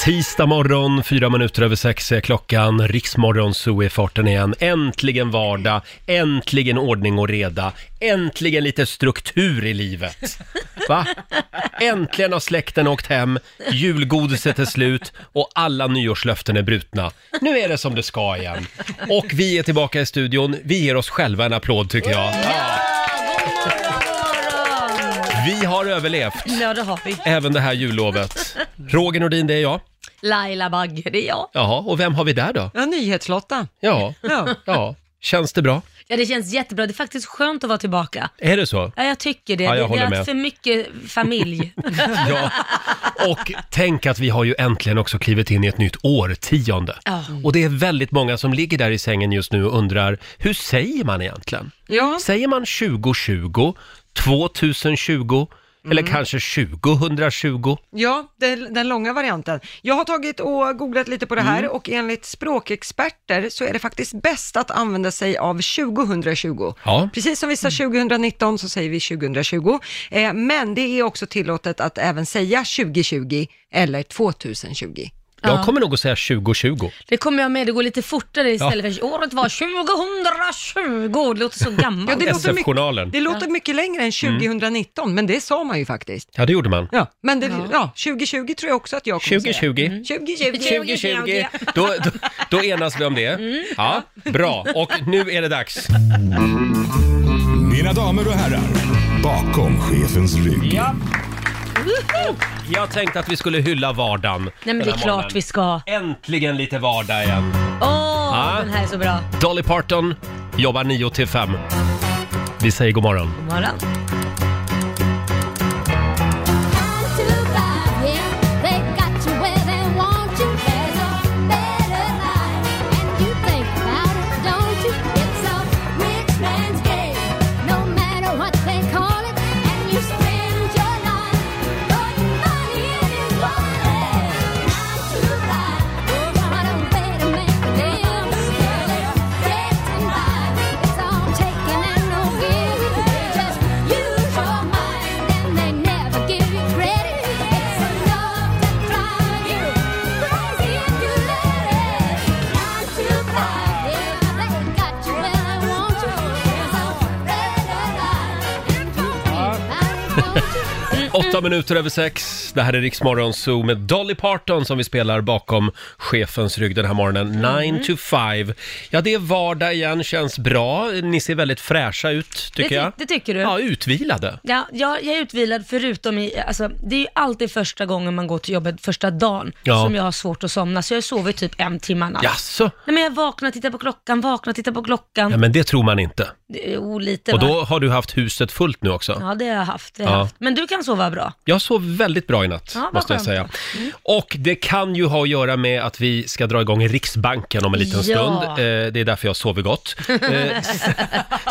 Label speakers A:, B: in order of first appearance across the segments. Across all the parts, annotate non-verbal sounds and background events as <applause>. A: Tisdag morgon, fyra minuter över sex är klockan. Riksmorgon så är farten igen. Äntligen vardag, äntligen ordning och reda, äntligen lite struktur i livet. Va? Äntligen har släkten åkt hem, julgodiset är slut och alla nyårslöften är brutna. Nu är det som det ska igen. Och vi är tillbaka i studion. Vi ger oss själva en applåd tycker jag. Vi har överlevt,
B: Ja, det har vi.
A: även det här jullovet. Roger Nordin, det är jag.
B: Laila Bagge, det är jag.
A: Jaha, och vem har vi där då?
C: Ja, Nyhetslotta.
A: Ja,
C: Ja.
A: ja. Känns det bra?
B: Ja, det känns jättebra. Det är faktiskt skönt att vara tillbaka.
A: Är det så?
B: Ja, jag tycker det.
A: Ja, jag
B: det
A: håller
B: har
A: med.
B: varit för mycket familj.
A: <laughs> Ja. Och tänk att vi har ju äntligen också klivit in i ett nytt årtionde. Mm.
B: Ja.
A: Och det är väldigt många som ligger där i sängen just nu och undrar, hur säger man egentligen?
C: Ja.
A: Säger man 2020, 2020 eller
C: Mm.
A: kanske 2020?
C: Ja, den, den långa varianten. Jag har tagit och googlat lite på det här och enligt språkexperter så är det faktiskt bäst att använda sig av 2020.
A: Ja.
C: Precis som vi sa 2019 så säger vi 2020, eh, men det är också tillåtet att även säga 2020 eller 2020.
A: Jag kommer nog att säga 2020.
B: Det kommer jag med. Det går lite fortare istället för året var 2020. Det låter så gammalt.
C: Ja, det låter mycket,
A: SF-journalen.
C: det låter mycket längre än 2019, men det sa man ju faktiskt.
A: Ja, det gjorde man.
C: Ja, men det, ja. 2020 tror jag också att jag kommer säga.
A: 2020.
B: Mm.
C: 2020.
A: 2020, då, då, då enas vi om det.
C: Mm.
A: Ja, bra. Och nu är det dags.
D: Mina damer och herrar, bakom chefens rygg.
A: Ja. Jag tänkte att vi skulle hylla vardagen.
B: Nej, men det är klart vi ska.
A: Äntligen lite vardag igen.
B: Åh,
A: Ja.
B: den här är så bra.
A: Dolly Parton jobbar 9 till 5. Vi säger god morgon.
B: <laughs> God morgon.
E: Taking and no giving, just use your mind and they never give you credit. It's a love that drives you crazy if you let it. Nine to five, yeah, they got you when I want you. There's a red light and you think I don't you.
A: Åtta minuter över sex. Det här är Riksmorgon Zoo med Dolly Parton som vi spelar bakom chefens rygg den här morgonen.
B: Mm.
A: 9 to 5. Ja, det är vardag igen, känns bra. Ni ser väldigt fräscha ut,
B: Det,
A: tycker jag.
B: ty- det tycker du?
A: Ja, utvilade.
B: Ja, jag, jag är utvilad förutom i, alltså, det är ju alltid första gången man går till jobbet, första dagen,
A: Ja.
B: som jag har svårt att somna. Så jag sover typ en timme natt.
A: Jaså?
B: Nej men jag vaknar, tittar på klockan, vaknar, tittar på klockan.
A: Ja, men det tror man inte.
B: Det är- oh, lite
A: Och
B: va?
A: då har du haft huset fullt nu också.
B: Ja det har jag haft, det har jag
A: Ja.
B: haft. Men du kan sova bra.
A: Jag sov väldigt bra i natt,
B: Ja, vad
A: måste jag
B: skönt. Mm.
A: säga. Och det kan ju ha att göra med att vi ska dra igång Riksbanken om en liten
B: Ja.
A: stund. Eh, det är därför jag sover gott.
B: <laughs>
A: Eh,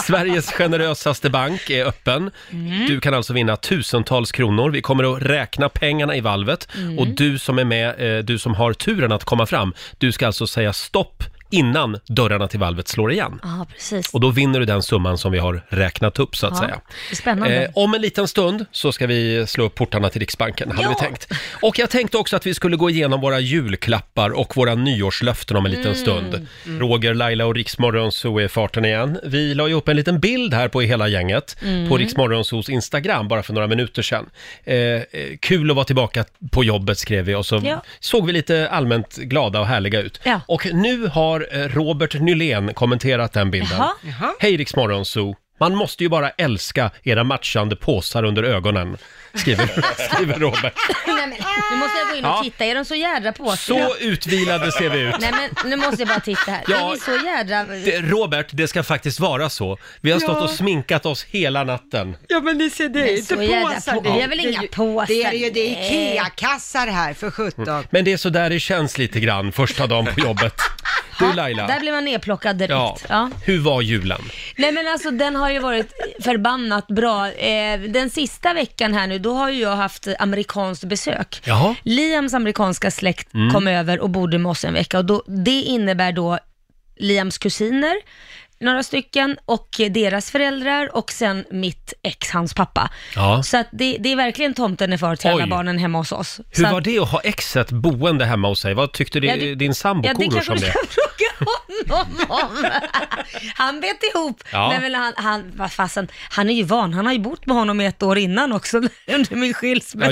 A: Sveriges generösaste bank är öppen.
B: Mm.
A: Du kan alltså vinna tusentals kronor. Vi kommer att räkna pengarna i valvet.
B: Mm.
A: Och du som är med, eh, du som har turen att komma fram, du ska alltså säga stopp innan dörrarna till valvet slår igen.
B: Ja precis.
A: Och då vinner du den summan som vi har räknat upp så att
B: Ja,
A: säga.
B: det är spännande.
A: Eh, om en liten stund så ska vi slå upp portarna till Riksbanken, hade
B: Ja.
A: vi tänkt. Och jag tänkte också att vi skulle gå igenom våra julklappar och våra nyårslöften om en
B: Mm.
A: liten stund. Roger, Laila och Riksmorgon så är farten igen. Vi la ju upp en liten bild här på hela gänget
B: Mm.
A: på Riksmorgonsos Instagram bara för några minuter sedan. Eh, eh, kul att vara tillbaka på jobbet skrev vi och så
B: Ja.
A: såg vi lite allmänt glada och härliga ut.
B: Ja.
A: Och nu har eh, Robert Nylén kommenterat den bilden.
B: Jaha.
C: Jaha.
A: Hej Rix Morgonzoo. Man måste ju bara älska era matchande påsar under ögonen, skriver,
B: <laughs>
A: skriver Robert. <laughs>
B: Nej, men, nu måste jag gå in och
A: Ja.
B: titta, är de så jädra påsiga?
A: Så utvilade ser vi ut.
B: Nej men nu måste jag bara titta här.
A: Ja.
B: Är vi så jädra...
A: Det, Robert, det ska faktiskt vara så. Vi har stått
C: Ja.
A: och sminkat oss hela natten.
C: Ja men ni ser, det är ju inte
B: så jävla
C: påsar.
B: på-
C: det
B: vi har väl
C: det är
B: inga
C: ju-
B: påsar,
C: Det är ju, det är
B: nej.
C: IKEA-kassar här för sjutton.
A: Men det är så där det känns lite grann första dagen på jobbet. Du
B: Där
A: Laila,
B: blir man nedplockad direkt.
A: ja,
B: Ja.
A: hur var julen?
B: Nej men alltså den har ju varit förbannat bra. Eh, den sista veckan här nu, då har ju jag haft amerikanskt besök.
A: Jaha.
B: Liams amerikanska släkt
A: Mm.
B: kom över och bodde med oss en vecka och då, det innebär då Liams kusiner, några stycken och deras föräldrar och sen mitt ex, hans pappa.
A: Ja.
B: Så att det, det är verkligen tomten är far till alla
A: Oj.
B: barnen hemma hos oss.
A: Hur
B: så
A: var
B: att-
A: det att ha exet boende hemma hos sig? Vad tyckte
B: Ja,
A: din,
B: det-
A: din sambo
B: Ja, det
A: Korosh
B: kanske
A: om
B: du
A: det?
B: ska fråga honom om. <laughs> Han bet ihop.
A: Ja.
B: Nej, men han, han, vad fasen, han är ju van. Han har ju bott med honom i ett år innan också, <laughs> under min skilsmässa.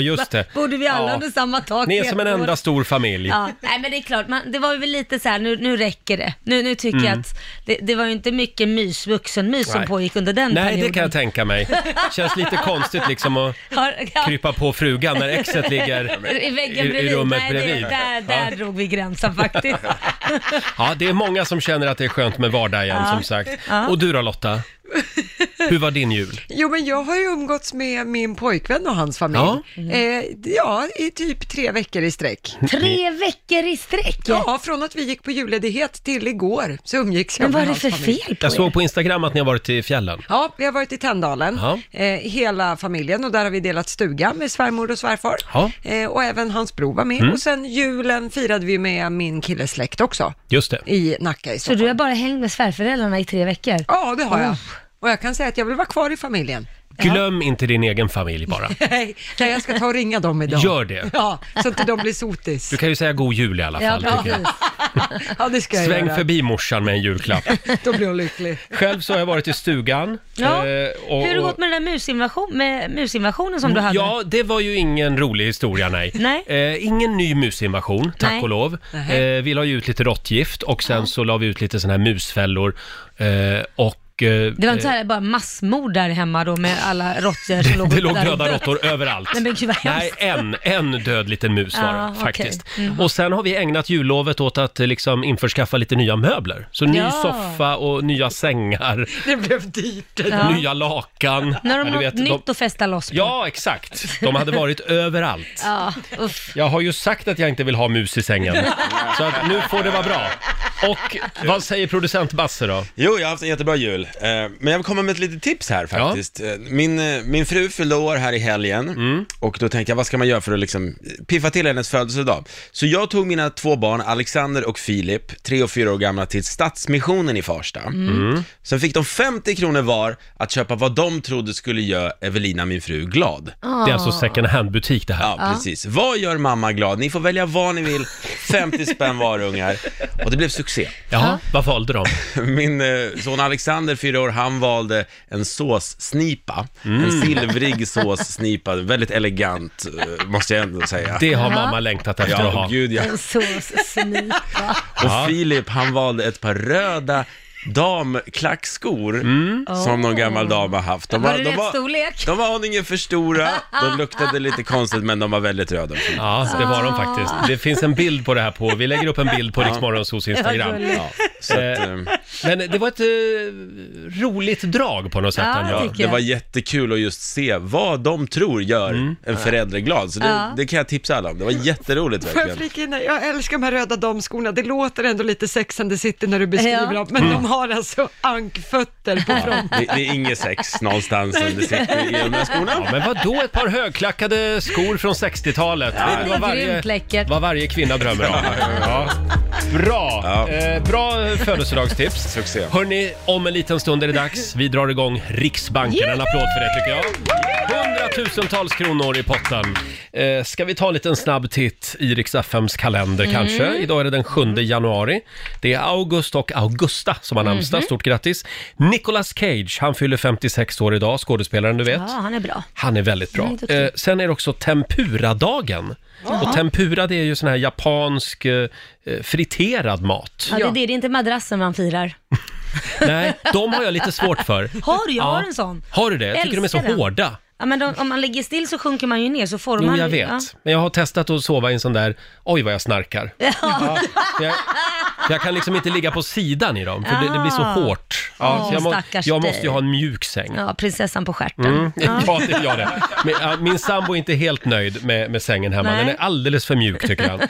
A: Ja, just det.
B: Bodde vi alla
A: Ja.
B: under samma tak
A: Ni är
B: i
A: som en
B: ett år.
A: enda stor familj.
B: Ja, nej men det är klart, man, det var ju väl lite så här, nu, nu räcker det. Nu, nu tycker jag att det, det var ju inte mycket mys, vuxenmys som
A: Mm. Nej.
B: pågick under den
A: Nej,
B: perioden.
A: det kan jag tänka mig. Känns lite konstigt liksom att
B: Har- <laughs> ja,
A: krypa på frugan när exet ligger
B: <laughs> I väggen
A: i,
B: bredvid.
A: i rummet
B: nej,
A: bredvid.
B: Det, där
A: Ja.
B: där drog vi gränsen faktiskt.
A: ja, det är många som känner att det är skönt med vardag igen som sagt.
B: Ja.
A: Och du då Lotta? Hur var din jul?
C: Jo, men jag har ju umgåtts med min pojkvän och hans familj.
A: Ja.
C: Ja,
B: Mm.
C: eh, ja i typ tre veckor i sträck.
B: Tre veckor i sträck!
C: Ja, från att vi gick på julledighet till igår så umgicks jag
B: Men vad
C: med
B: är det
C: hans
B: för
C: familj.
B: fel på
A: Jag
B: er?
A: såg på Instagram att ni har varit i fjällen.
C: Ja, vi har varit i Tänndalen,
A: Ja.
C: eh, hela familjen och där har vi delat stuga med svärmor och svärfar.
A: Ja.
C: Eh, och även hans bror var med
A: Mm.
C: och sen julen firade vi med min killes släkt också
A: Just det.
C: i Nacka i
B: Så
C: Stockholm.
B: du har bara hängt med svärföräldrarna i tre veckor?
C: Ja, det har jag.
B: Oh.
C: Och jag kan säga att jag vill vara kvar i familjen.
A: Glöm inte din egen familj bara.
C: Nej, nej, jag ska ta och ringa dem idag.
A: Gör det.
C: Ja, så att inte de blir sotis.
A: Du kan ju säga god jul i alla
B: Ja,
A: fall. tycker jag.
B: precis.
C: Ja, det ska jag
A: Sväng
C: göra.
A: förbi morsan med en julklapp.
C: Då blir hon lycklig.
A: Själv så har jag varit i stugan.
B: Ja.
A: eh, och-
B: Hur har det gått med den där musinvasion, med musinvasionen som du hade?
A: Mm, Ja, det var ju ingen rolig historia, nej.
B: Nej.
A: Eh, ingen ny musinvasion, tack
B: Nej.
A: och lov. Eh, vi la ju ut lite råttgift och sen så la vi ut lite såna här musfällor. Eh, och, eh,
B: Det var inte så här bara massmord där hemma då med alla råttor
A: <laughs>
B: som låg
A: eh, Det låg
B: där
A: döda
B: uppe?
A: råttor överallt.
B: <laughs> Nej, men gud, vad
A: Nej,
B: hemskt.
A: en, en död liten mus var det
B: Ja, okej. Mm.
A: faktiskt. Och sen har vi ägnat jullovet åt att eh, liksom införskaffa lite nya möbler. Så ny
B: Ja.
A: soffa och nya
B: <laughs>
A: sängar,
C: Det blev dyrt.
B: Ja.
A: nya lakan.
B: Nu har
A: Ja, du
B: de något
A: vet,
B: nytt att festa loss på.
A: Ja, exakt. De hade varit överallt.
B: Ja, uff.
A: Jag har ju sagt att jag inte vill ha mus i sängen. Så att nu får det vara bra. Och vad säger producent Basse då?
F: Jo, jag har haft en jättebra jul. Eh, Men jag vill komma med ett litet tips här faktiskt. Eh, Min, eh, min fru fyllde år här i helgen
A: Mm.
F: och då tänkte jag, vad ska man göra för att liksom piffa till hennes födelsedag? Så jag tog mina två barn, Alexander och Filip, tre och fyra år gamla, till Stadsmissionen i Farsta.
B: Mm.
A: Mm.
F: Sen fick de 50 kronor var att köpa vad de trodde skulle göra Evelina, min fru, glad.
B: Ah.
A: Det är alltså second hand-butik det här.
F: Ja, precis. Vad gör mamma glad? Ni får välja vad ni vill. 50 spänn var, ungar. Och det blev succé.
A: Jaha, vad valde de?
F: Min eh, son Alexander, fyra år, han valde en såssnipa. En
A: Mm.
F: silvrig såssnipa. Väldigt elegant, eh, måste jag ändå säga.
A: Det har mamma längtat efter att
F: Ja,
A: ha.
F: gud ja.
B: En såssnipa.
F: Och Filip, han valde ett par röda damklackskor
A: Mm.
F: som någon gammal dam har haft. De
B: Var det rätt storlek?
F: De var aningen för stora,
B: <laughs>
F: de luktade lite konstigt men de var väldigt röda. och fina.
A: Ja, det var
B: Ah.
A: de faktiskt. Det finns en bild på det här på, vi lägger upp en bild på Rix Morgonzos Instagram.
F: Ja, så att, eh,
A: Men det var ett eh, roligt drag på något sätt
B: Ja,
A: ändå.
B: det-
F: Ja,
B: tycker
F: det
B: jag.
F: var jättekul att just se vad de tror gör
A: Mm.
F: en förälder glad. Så det,
B: Ja.
F: det kan jag tipsa alla om. Det var jätteroligt
C: Får jag
F: verkligen.
C: flika in här? Jag älskar de här röda damskorna. Det låter ändå lite Sex and the City när du beskriver
B: Ja.
C: dem, men
A: Mm.
C: de har alltså ankfötter på
F: Ja,
C: fronten.
F: det, det är inget sex någonstans
B: <laughs>
F: under sitter i de här
A: Ja,
F: skorna.
A: men vad då ett par högklackade skor från 60-talet?
B: det är grymt läckert.
A: vad varje kvinna drömmer
B: <laughs>
A: om. Ja. Bra!
F: Ja.
A: Eh, bra födelsedagstips.
F: <laughs> Succé.
A: Hörni, om en liten stund är det dags. Vi drar igång Riksbanken. En applåd för det tycker jag. Hundratusentals kronor i potten. Eh, ska vi ta en liten snabb titt i Rix FMs kalender kanske? Idag är det den 7 januari. Det är August och Augusta som har namnsdag. Stort grattis! Nicolas Cage, han fyller 56 år idag, skådespelaren du vet.
B: Ja, han är bra.
A: Han är väldigt bra.
B: Mm, duktig.
A: Eh, sen är det också tempuradagen. Och tempura det är ju sån här japansk eh, eh, friterad mat.
B: Ja, det är det. Det är inte madrassen man firar.
A: Nej, de har jag lite svårt för.
B: <laughs> Har du? Jag
A: Ja.
B: har en sån.
A: Har du det? Jag
B: Jag
A: tycker de är så
B: älskar den.
A: hårda.
B: Ja, men de, om man ligger still så sjunker man ju ner, så får
A: Jo,
B: man...
A: jag
B: Ja.
A: vet. Men jag har testat att sova i en sån där, oj vad jag snarkar. Ja. För Jag, för jag kan liksom inte ligga på sidan i dem, för det, det blir så
B: Ah.
A: hårt. Ja,
B: Åh,
A: så jag, må,
B: stackars
A: jag måste
B: dig.
A: ju ha en mjuk säng.
B: Ja, prinsessan på stjärten.
A: Mm. <laughs> Ja, det gör det. Men, ja, min sambo är inte helt nöjd med, med sängen hemma.
B: Nej.
A: Den är alldeles för mjuk tycker
B: <laughs>
A: han.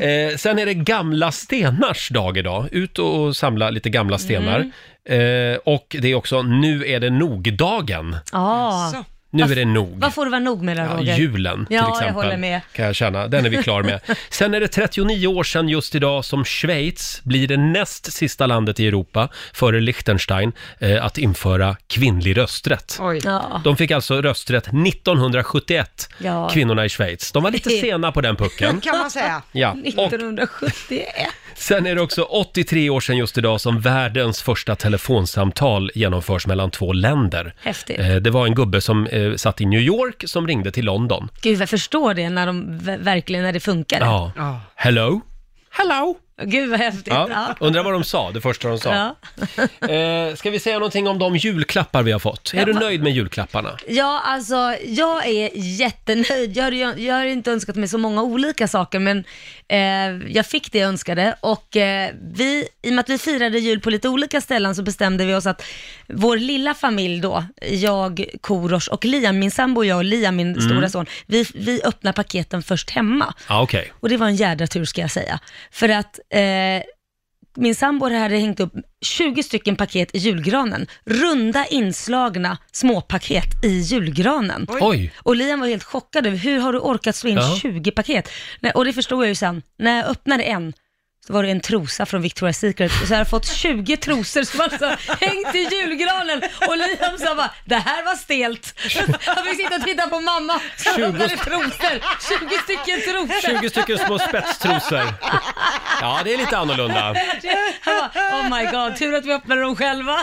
A: Eh, sen är det gamla stenars dag idag. Ut och och samla lite gamla stenar. Eh, och det är också Nu är det nog-dagen.
B: Mm. Ja,
C: Så.
A: nu är det nog.
B: Vad får det vara nog med
A: Ja,
B: Roger?
A: julen till
B: Ja, jag
A: exempel.
B: håller med.
A: Kan jag känna. Den är vi klar med.
B: <laughs>
A: Sen är det 39 år sedan just idag som Schweiz blir det näst sista landet i Europa, före Liechtenstein, eh, att införa kvinnlig rösträtt.
C: Oj.
B: Ja.
A: De fick alltså rösträtt 1971,
B: Ja.
A: kvinnorna i Schweiz. De var
B: <laughs>
A: lite sena på den pucken.
C: Kan man säga.
A: Ja. Och
B: 1971.
A: sen är det också 83 år sedan just idag som världens första telefonsamtal genomförs mellan två länder.
B: Häftigt.
A: Eh, Det var en gubbe som eh, satt i New York som ringde till London.
B: Gud, jag förstår det när de v- verkligen, när det funkar.
A: Ja.
C: Ja.
A: Hello? Hello?
B: Gud vad häftigt.
A: Ja.
B: Ja.
A: Undrar vad de sa, det första de sa.
B: Ja.
A: <laughs> Eh, ska vi säga någonting om de julklappar vi har fått? Är du nöjd med julklapparna?
B: Ja, alltså jag är jättenöjd. Jag, har- jag, jag har inte önskat mig så många olika saker, men eh, jag fick det jag önskade. Och eh, vi, i och med att vi firade jul på lite olika ställen så bestämde vi oss att vår lilla familj då, jag, Korosh och Liam, min sambo och jag och Liam, min stora son, vi, vi öppnar paketen först hemma.
A: Ja, okej.
B: Och det var en jädra tur ska jag säga. För att eh, min sambo hade hängt upp 20 stycken paket i julgranen. Runda inslagna småpaket i julgranen.
A: Oj!
B: Och Liam var helt chockad över hur har du orkat slå in
A: Ja.
B: 20 paket? Nej, Och det förstod jag ju sen. När jag öppnade en så var det en trosa från Victoria's Secret. Så jag hade fått 20 trosor som alltså hängt i julgranen. Och Liam sa bara, det här var stelt. <laughs> Han fick sitta och titta på mamma som
A: 20
B: öppnade trosor. 20 stycken trosor.
A: 20 stycken små
B: <laughs>
A: spetstrosor. Ja, det är lite annorlunda.
B: Han bara, oh my god, tur att vi öppnade dem själva.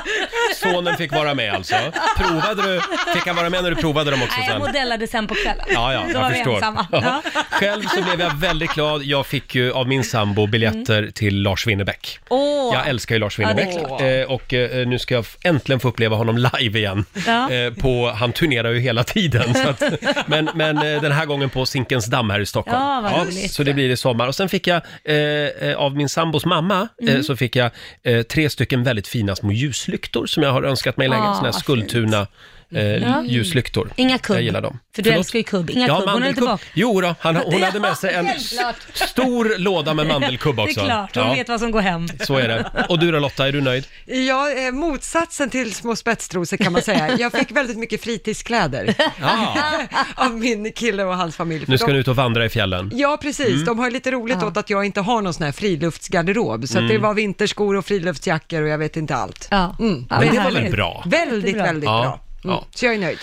A: Sonen fick vara med alltså. Provade du? Fick han vara med när du provade dem också
B: Nej, jag
A: sen?
B: modellade sen på kvällen.
A: Ja, ja,
B: Då var
A: jag
B: vi
A: förstår.
B: ensamma.
A: Ja.
B: Ja.
A: Själv så blev jag väldigt glad. Jag fick ju av min sambo biljetter till Lars Winnerbäck.
B: Åh.
A: Jag älskar ju Lars
B: Ja, det
A: Winnerbäck.
B: är klart.
A: eh, och eh, nu ska jag f- äntligen få uppleva honom live igen.
B: Ja.
A: Eh, på, han turnerar ju hela tiden.
B: <laughs>
A: Så att, men men eh, den här gången på Zinkensdamm här i Stockholm.
B: Ja, vad roligt.
A: så det blir i sommar. Och sen fick jag, eh, eh, av min sambos mamma, eh,
B: Mm.
A: så fick jag eh, tre stycken väldigt fina små ljuslyktor som jag har önskat mig länge.
B: Ah,
A: Såna här
B: vad
A: Skultuna. Eh, ljuslyktor.
B: Inga kubb.
A: Jag gillar dem.
B: För du
A: Förlåt?
B: älskar ju kubb. Inga kubb. Hon är
A: mandelkubb.
B: tillbaka.
A: Jo då, han,
B: <laughs>
A: hon hade med sig en
B: Självklart.
A: stor låda med mandelkubb också.
B: <laughs> Det är klart, hon
A: Ja.
B: vet vad som går hem.
A: Så är det. Och du då Lotta, är du nöjd?
C: Ja, eh, motsatsen till små spetstrosor kan man säga. Jag fick väldigt mycket fritidskläder <laughs> av min kille och hans familj.
A: Ah. Nu
C: För
A: ska
C: de-
A: ni ut Mm. och vandra i fjällen.
C: Ja, precis. De har ju lite roligt
B: Ah.
C: åt att jag inte har någon sån här friluftsgarderob, så att
A: Mm.
C: det var vinterskor och friluftsjackor och jag vet inte allt. Mm.
B: Ja. Ja,
A: Men det var
B: härligt.
A: väl bra?
C: Väldigt,
B: Jättebra.
C: väldigt
A: Ja,
C: bra. Mm.
A: ja.
C: Så jag är nöjd.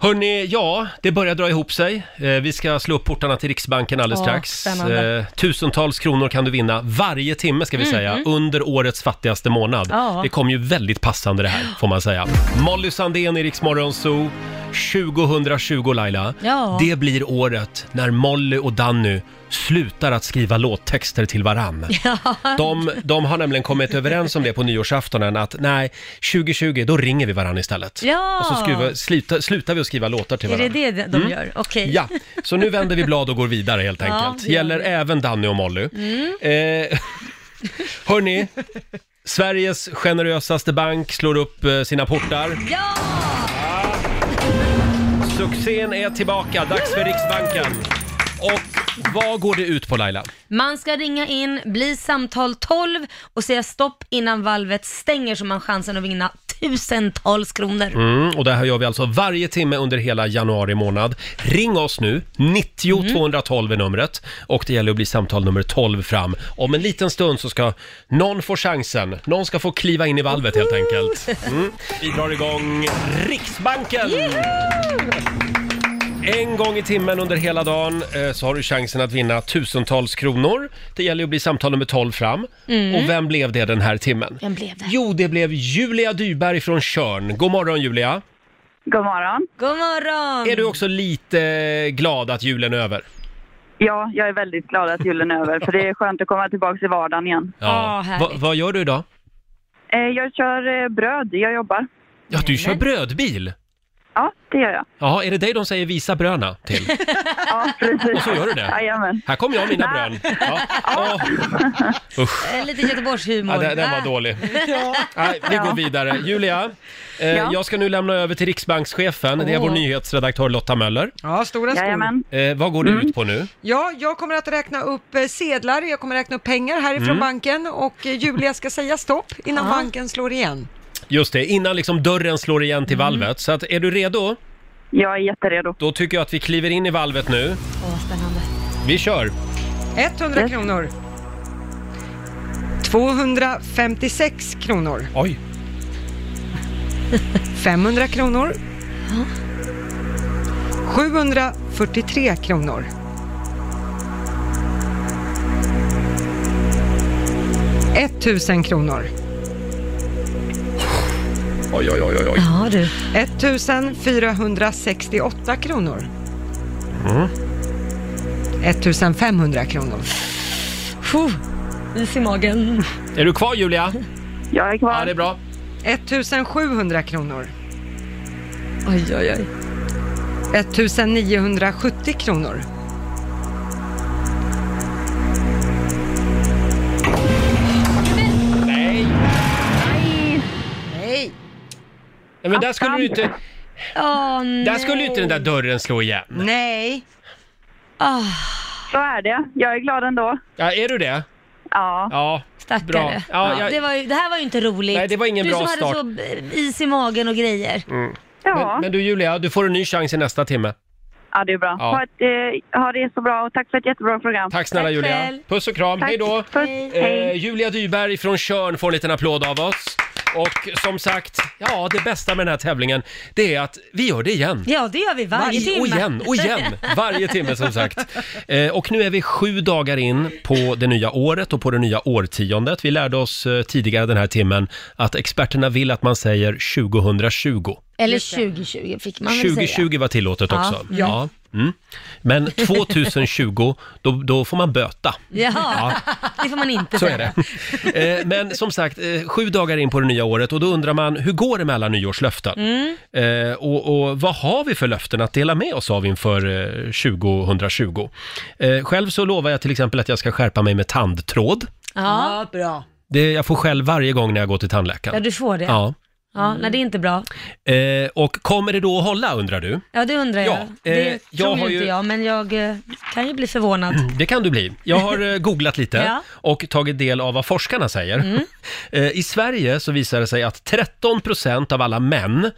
A: Hörni, ja, det börjar dra ihop sig. Eh, vi ska slå upp portarna till Riksbanken alldeles
B: Ja,
A: strax. Eh,
B: spännande.
A: tusentals kronor kan du vinna varje timme, ska vi
C: Mm,
A: säga, under årets fattigaste månad.
B: Ja.
A: Det kom ju väldigt passande det här, får man säga. Molly Sandén i Rix Morgon Zoo. 2020, Laila.
B: Ja.
A: Det blir året när Molly och Danny slutar att skriva låttexter till varann. De, de har nämligen kommit överens om det på nyårsaftonen att nej, 2020, då ringer vi varann istället.
B: Ja.
A: Och så skriva, sluta, slutar vi att skriva låtar till
B: Är det
A: varandra.
B: det de
A: Mm.
B: gör? Okej.
A: Ja, så nu vänder vi blad och går vidare helt
B: Ja,
A: enkelt.
B: det gör
A: Gäller
B: vi.
A: även Danny och Molly.
B: Mm.
A: Eh, <laughs> hörni, Sveriges generösaste bank slår upp eh, sina portar.
B: Ja!
A: Succén är tillbaka, dags för Riksbanken. Och vad går det ut på Laila?
B: Man ska ringa in, bli samtal 12 och säga stopp innan valvet stänger så man har chansen att vinna tusentals kronor.
A: Mm, och det här gör vi alltså varje timme under hela januari månad. Ring oss nu, 90 212 är numret. Och det gäller att bli samtal nummer 12 fram. Om en liten stund så ska någon få chansen. Någon ska få kliva in i valvet helt enkelt. Mm. Vi drar igång Riksbanken! En gång i timmen under hela dagen eh, så har du chansen att vinna tusentals kronor. Det gäller att bli samtal nummer 12 fram. Och vem blev det den här timmen?
B: Mm. Vem blev det?
A: Jo, det blev Julia Dyberg från Körn. God morgon Julia!
G: God morgon.
B: God morgon!
A: Är du också lite glad att julen är över?
G: Ja, jag är väldigt glad att julen är över, för det är skönt att komma tillbaka till vardagen igen.
B: Ja,
A: Va,
B: härligt.
A: vad gör du idag?
G: Eh, Jag kör eh, bröd, jag jobbar.
A: Ja, du kör brödbil!
G: Ja, det gör jag.
A: Ja, är det dig de säger visa bröna till?
G: <laughs> Ja, precis.
A: Och så gör du det?
G: Jajamän.
A: Här kommer jag och mina brön. Ja.
B: <laughs>
A: Åh,
B: Eh, Lite Göteborgshumor.
A: ja, den, den var
B: Ah. <laughs>
A: dålig. Nej, vi går vidare. Julia, eh,
G: Ja.
A: jag ska nu lämna över till Riksbankschefen. Det är vår
B: Åh.
A: nyhetsredaktör Lotta Möller.
C: Ja, stora skor.
G: Jajamän.
A: Eh, vad går det
G: Mm.
A: ut på nu?
C: Ja, jag kommer att räkna upp eh, sedlar, jag kommer räkna upp pengar härifrån
A: Mm.
C: banken och eh, Julia ska säga stopp innan banken slår igen.
A: Just det, innan liksom dörren slår igen till valvet. Så att, är du redo?
G: Mm. Jag är jätteredo.
A: Då tycker jag att vi kliver in i valvet nu.
B: Åh, vad spännande.
A: Vi kör!
C: 100 kronor. 256 kronor.
A: Oj!
C: 500 kronor. 743 kronor. 1000 kronor.
A: Oj, oj, oj, oj, oj.
B: Ja du.
C: 1468 kronor.
B: Mm.
C: 1500 kronor.
B: Puh, is i magen.
A: Är du kvar Julia?
G: Jag är
A: Ja,
G: kvar.
A: det är bra.
C: 1700 kronor.
B: Oj, oj, oj.
C: 1970 kronor.
A: Mm. Nej, men där skulle du inte,
B: Åh, nej.
A: där skulle ju inte den där dörren slå igen.
C: Nej.
G: Så är det. Jag är glad ändå.
A: Ja, är du det?
G: Ja.
A: Ja. Bra.
B: Stackare.
A: Ja, jag-
B: det, var ju, det här var ju inte roligt.
A: Nej, det var ingen
B: du
A: bra
B: som
A: start.
B: hade så eh, is i magen och grejer.
G: Ja,
A: Mm. Men, men du Julia, du får en ny chans i nästa timme.
G: ja det är bra.
A: Ja.
G: Ha, ett, eh, ha det så bra och tack för ett jättebra program.
A: Tack snälla
B: Tack
A: Julia.
B: själv.
A: Puss och kram, hej då!
G: Puss.
A: Eh,
G: Hej.
A: Julia Dyberg från Körn får en liten applåd av oss. Och som sagt, ja det bästa med den här tävlingen, det är att vi gör det igen.
B: Ja, det gör vi varje timme.
A: Och igen, och igen! Varje timme som sagt. Eh, och nu är vi sju dagar in på det nya året och på det nya årtiondet. Vi lärde oss eh, tidigare den här timmen att experterna vill att man säger 2020.
B: Eller 2020 fick man väl säga.
A: 2020 var tillåtet
B: Ja,
A: också.
B: ja.
A: Mm. Men 2020, då, då får man böta.
B: Jaha, det får man inte
A: Så
B: säga.
A: är det. Eh, Men som sagt, eh, sju dagar in på det nya året och då undrar man, hur går det med alla nyårslöften? Eh, Och, och vad har vi för löften att dela med oss av inför eh, 2020? Eh, Själv så lovar jag till exempel att jag ska skärpa mig med tandtråd.
B: Ja,
C: bra.
A: Det jag får själv varje gång när jag går till
B: ja,
A: tandläkaren.
B: du får det. Ja.
A: Ja.
B: nej, det är inte bra.
A: Eh, Och kommer det då att hålla undrar du?
B: Ja, det undrar jag.
A: Ja, eh,
B: det
A: jag
B: tror
A: har
B: ju
A: ju-
B: inte jag, men jag eh, kan ju bli förvånad.
A: Mm, Det kan du bli. Jag har eh, googlat lite
B: <laughs> Ja. Mm.
A: och tagit del av vad forskarna säger. <laughs> Eh, I Sverige så visar det sig att 13 procent av alla män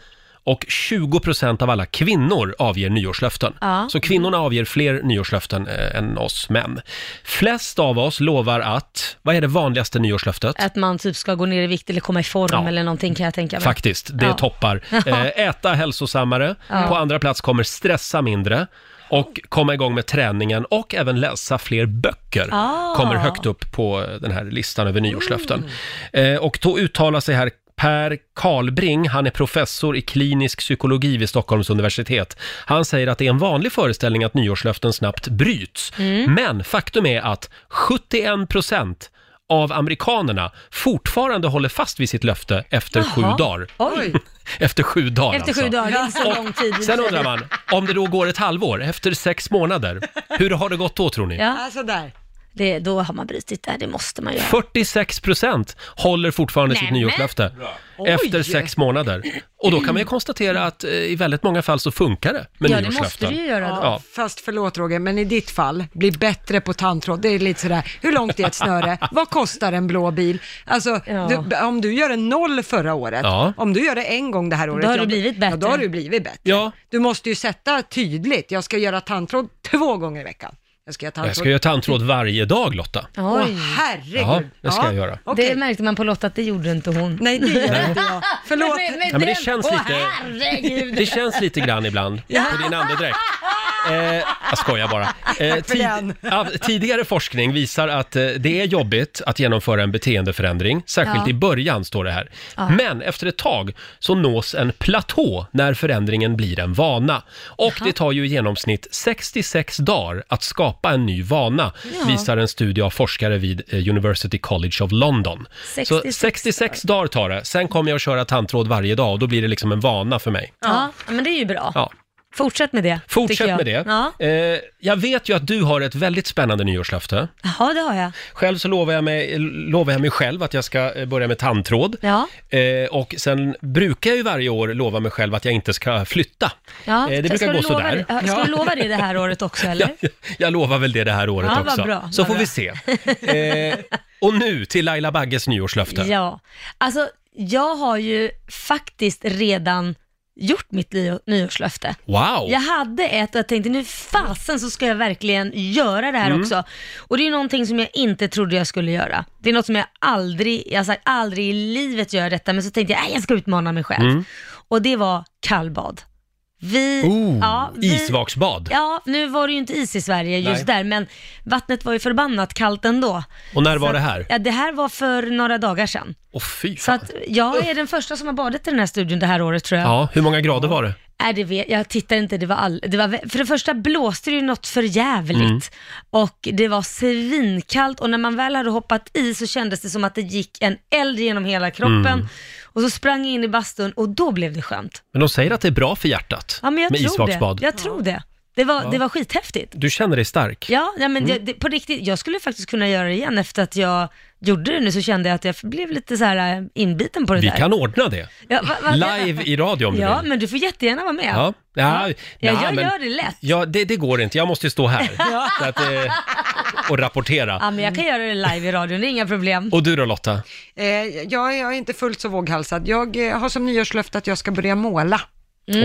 A: och 20 procent av alla kvinnor avger nyårslöften.
B: Ja.
A: Så kvinnorna avger fler nyårslöften eh, än oss män. Flest av oss lovar att, vad är det vanligaste nyårslöftet?
B: Att man typ ska gå ner i vikt eller komma i form
A: Ja.
B: eller någonting kan jag tänka mig.
A: Faktiskt, det
B: Ja. <laughs>
A: toppar. Eh, äta hälsosammare. På andra plats kommer stressa mindre. Och komma igång med träningen och även läsa fler böcker.
B: Ah.
A: Kommer högt upp på den här listan över nyårslöften. Eh, och då uttalar sig här Per Karlbring, han är professor i klinisk psykologi vid Stockholms universitet. Han säger att det är en vanlig föreställning att nyårslöften snabbt bryts.
B: Mm.
A: Men faktum är att 71 procent av amerikanerna fortfarande håller fast vid sitt löfte efter sju
B: Jaha.
A: dagar.
B: Oj,
A: <laughs> Efter sju dagar
B: efter sju
A: alltså.
B: dagar, det är inte så
A: Och
B: lång tid.
A: Sen undrar man, om det då går ett halvår, efter sex månader, hur har det gått då tror ni?
B: Ja,
C: Alltså där.
B: det, då har man brutit där, det måste man göra.
A: 46 procent håller fortfarande sitt
B: Nämen.
A: nyårslöfte efter sex månader. Och då kan man ju konstatera att eh, i väldigt många fall så funkar det med
B: Ja, det måste
A: nyårslöften.
B: du ju göra då.
A: Ja.
C: Fast förlåt Roger, men i ditt fall, bli bättre på tandtråd. Det är lite sådär, hur långt är ett
B: <laughs>
C: snöre? Vad kostar en blå bil? Alltså,
B: Ja.
C: du, om du gör en noll förra året,
A: Ja.
C: om du gör det en gång det här året.
B: har du
C: ja,
B: blivit bättre.
C: Ja, då har du blivit bättre.
A: Ja.
C: Du måste ju sätta tydligt, jag ska göra tandtråd två gånger i veckan. Jag ska göra tandtråd.
A: Jag ska göra tandtråd varje dag Lotta.
C: Åh,
B: Oj.
C: herregud.
A: Ja, det ska jag göra.
C: okej.
B: Det märkte man på Lotta att det gjorde inte hon.
C: Nej, det gör inte jag. <laughs> Förlåt.
A: Ja, men det känns
B: Åh,
A: lite-
B: herregud.
A: Det känns lite grann ibland på din andedräkt. Eh, jag skojar bara. Eh,
C: för den.
A: ja, tidigare forskning visar att eh, det är jobbigt att genomföra en beteendeförändring, särskilt
B: Ja.
A: i början står det här. Men efter ett tag så nås en platå när förändringen blir en vana. Och det tar ju i genomsnitt 66 dagar att skapa en ny vana, visar en studie av forskare vid eh, University College of London. så
B: 66
A: 66 dagar tar det, sen kommer jag att köra tandtråd varje dag och då blir det liksom en vana för mig.
B: Ja, men det är ju bra.
A: Ja.
B: Fortsätt med det. tycker
A: Fortsätt
B: jag.
A: med det.
B: Ja.
A: Eh, jag vet ju att du har ett väldigt spännande nyårslöfte.
B: Jaha, det har jag.
A: Själv så lovar jag mig, lovar jag mig själv att jag ska eh, börja med tandtråd.
B: Ja.
A: Eh, och sen brukar jag ju varje år lova mig själv att jag inte ska flytta.
B: Ja.
A: Eh, det
B: Ska
A: brukar
B: du
A: gå
B: lova
A: sådär.
B: det- Ska du lova det det här
A: <laughs>
B: året också eller?
A: Jag, jag lovar väl det det här året
B: Ja, vad
A: också.
B: bra,
A: så
B: vad
A: får vi
B: bra.
A: se. Eh, och nu till Laila Bagges nyårslöfte.
B: Ja, alltså jag har ju faktiskt redan gjort mitt nio- nyårslöfte.
A: Wow!
B: Jag hade ett och jag tänkte nu fasen så ska jag verkligen göra det här
A: Mm.
B: också. Och det är någonting som jag inte trodde jag skulle göra. Det är något som jag aldrig, jag har sagt aldrig i livet gör detta, men så tänkte jag, "Nej, jag ska utmana mig själv.
A: Mm.
B: Och det var kallbad. Vi,
A: Oh,
B: ja, vi,
A: Isvaksbad.
B: Ja, nu var det ju inte is i Sverige just
A: Nej.
B: där, men vattnet var ju förbannat kallt ändå.
A: Och när var
B: Så-
A: det här?
B: Ja, det här var för några dagar sedan.
A: Åh fy
B: Så
A: fan.
B: att jag är den första som har badat i den här studion det här året tror jag.
A: Ja, hur många grader var det?
B: Nej, det vet, jag tittar inte. Det var all, det var, vä- för det första blåste det ju något förjävligt
A: Mm.
B: och det var svinkallt och när man väl hade hoppat i så kändes det som att det gick en eld genom hela kroppen
A: Mm.
B: och så sprang jag in i bastun och då blev det skönt.
A: Men de säger att det är bra för hjärtat
B: Ja, men jag
A: med
B: tror
A: isvaksbad.
B: det. Jag tror det. Det var, det var skithäftigt.
A: Du känner dig stark?
B: Ja, ja men
A: Mm.
B: jag, det, på riktigt, jag skulle faktiskt kunna göra det igen efter att jag gjorde det nu så kände jag att jag blev lite så här äh, inbiten på det
A: Vi
B: där.
A: kan ordna det.
B: Ja, va- va-
A: Live i radio om du
B: Ja,
A: vill.
B: men du får jättegärna vara med.
A: Ja, ja, ja,
B: Ja, jag gör det lätt.
A: Ja, det, det går inte. Jag måste ju stå
B: <laughs>
A: här så att, eh, och rapportera.
B: Ja, men jag kan göra det live i radion, det är inga problem.
A: Och du då Lotta?
C: Eh, jag, jag är inte fullt så våghalsad. Jag eh, har som nyårslöfte att jag ska börja måla.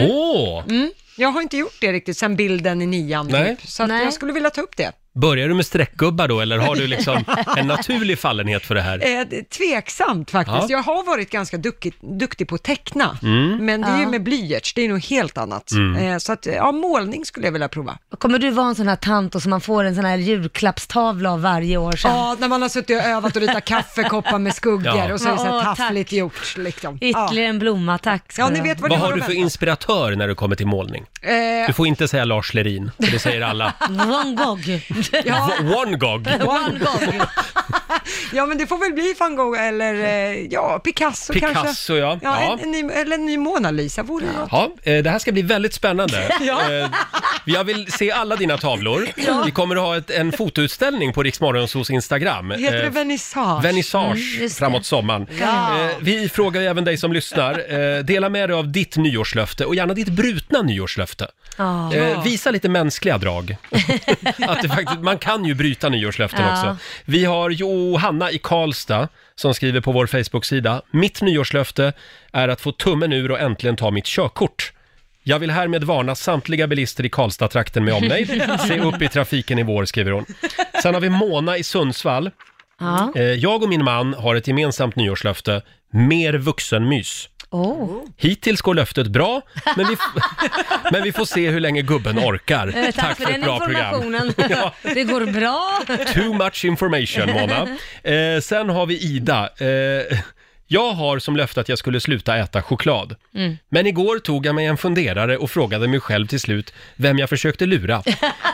A: Åh!
B: Mm.
C: Jag har inte gjort det riktigt sedan bilden i nian
A: Nej.
C: typ. Så att
B: Nej.
C: jag skulle vilja ta upp det.
A: Börjar du med streckgubbar då eller har du liksom
B: <laughs>
A: en naturlig fallenhet för det här?
C: Eh, det är tveksamt faktiskt.
A: Ja. Mm.
C: Jag har varit ganska duktig, duktig på att teckna, men det är ju med blyerts, det är nog helt annat. Eh, så att, eh, ja, målning skulle jag vilja prova.
B: Kommer du vara en sån här tant och som man får en sån här julklappstavla av varje år sen?
C: Ja, när man har suttit och övat och
B: <laughs>
C: ritat kaffekoppar med skuggor
A: Ja.
C: och så är det så här
B: Åh,
C: taffligt gjort liksom. Ja.
B: Ytterligare en blomma, tack ska
C: ja,
B: du
C: ni
B: ha.
C: vet vad,
A: Vad
C: ni
A: har
C: att
A: du för
C: vänta.
A: inspiratör när du kommer till målning?
C: Eh,
A: Du får inte säga Lars Lerin, för det säger alla.
B: <laughs> Van Gogh.
A: W- One Gog. <laughs>
B: Van Gogh.
C: <laughs> Ja, men det får väl bli van Gogh eller eh, ja, Picasso,
A: Picasso,
C: kanske.
A: ja.
C: ja,
A: Ja.
C: En, en ny, eller en ny Mona Lisa vore ja.
A: Ja, eh, det här ska bli väldigt
B: <laughs>
A: spännande. Eh, Jag vill se alla dina tavlor. Vi kommer att ha ett, en fotoutställning på Riksmorgonsos Instagram.
C: Heter det
A: Eh,
C: vernissage?
A: Vernissage
B: Mm, just det.
A: framåt sommaren. Eh, vi frågar ju även dig som lyssnar. Eh, dela med dig av ditt nyårslöfte och gärna ditt brutna nyårslöfte.
B: Ja.
A: Eh, visa lite mänskliga
B: <laughs>
A: drag. att det faktiskt, man kan ju bryta nyårslöften
B: Ja.
A: också. Vi har Johanna i Karlstad som skriver på vår Facebook-sida. Mitt nyårslöfte är att få tummen ur och äntligen ta mitt körkort. Jag vill härmed varna samtliga bilister i Karlstad-trakten med
B: <laughs>
A: omnejd. Se upp i trafiken i vår, skriver hon. Sen har vi Mona i Sundsvall.
B: Ja.
A: Eh, Jag och min man har ett gemensamt nyårslöfte. Mer vuxenmys.
B: Oh.
A: Hittills går löftet bra,
B: <laughs>
A: men vi, f- men vi får se hur länge gubben orkar.
B: Eh, Tack, för, den informationen.
A: <laughs> Ja.
B: Det går bra.
A: Too much information, Mona. Eh, sen har vi Ida. Eh, jag har som löfte att jag skulle sluta äta choklad.
B: Mm.
A: Men igår tog jag mig en funderare och frågade mig själv till slut vem jag försökte lura.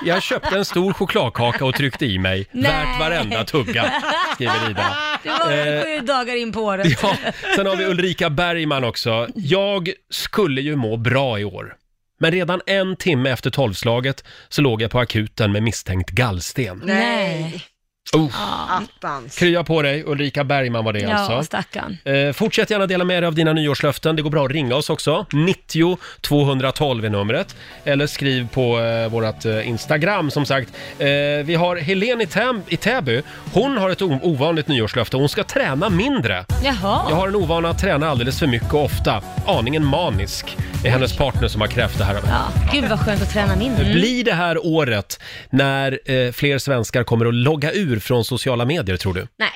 A: Jag köpte en stor chokladkaka och tryckte i mig.
B: Nej.
A: Värt varenda tugga,
B: <laughs>
A: skriver Ida.
B: Det var väl sju dagar in på året.
A: Ja, sen har vi Ulrika Bergman också. Jag skulle ju må bra i år. Men redan en timme efter tolvslaget så låg jag på akuten med misstänkt gallsten.
B: Nej.
A: Oh,
C: Attans.
A: krya på dig, Ulrika Bergman var det
B: Ja,
A: alltså.
B: stackarn.
A: Eh, fortsätt gärna dela med dig av dina nyårslöften. Det går bra att ringa oss också. 90 212 är numret. Eller skriv på eh, vårt eh, Instagram som sagt. Eh, vi har Helene i, Täm- i Täby. Hon har ett o- ovanligt nyårslöfte. Hon ska träna mindre.
B: Jaha.
A: Jag har en ovana att träna alldeles för mycket och ofta. Aningen manisk är hennes partner som har krävt det här av henne.
B: Ja. Gud vad skönt att träna mindre.
A: Blir det här året när eh, fler svenskar kommer att logga ur från sociala medier, tror du?
B: Nej.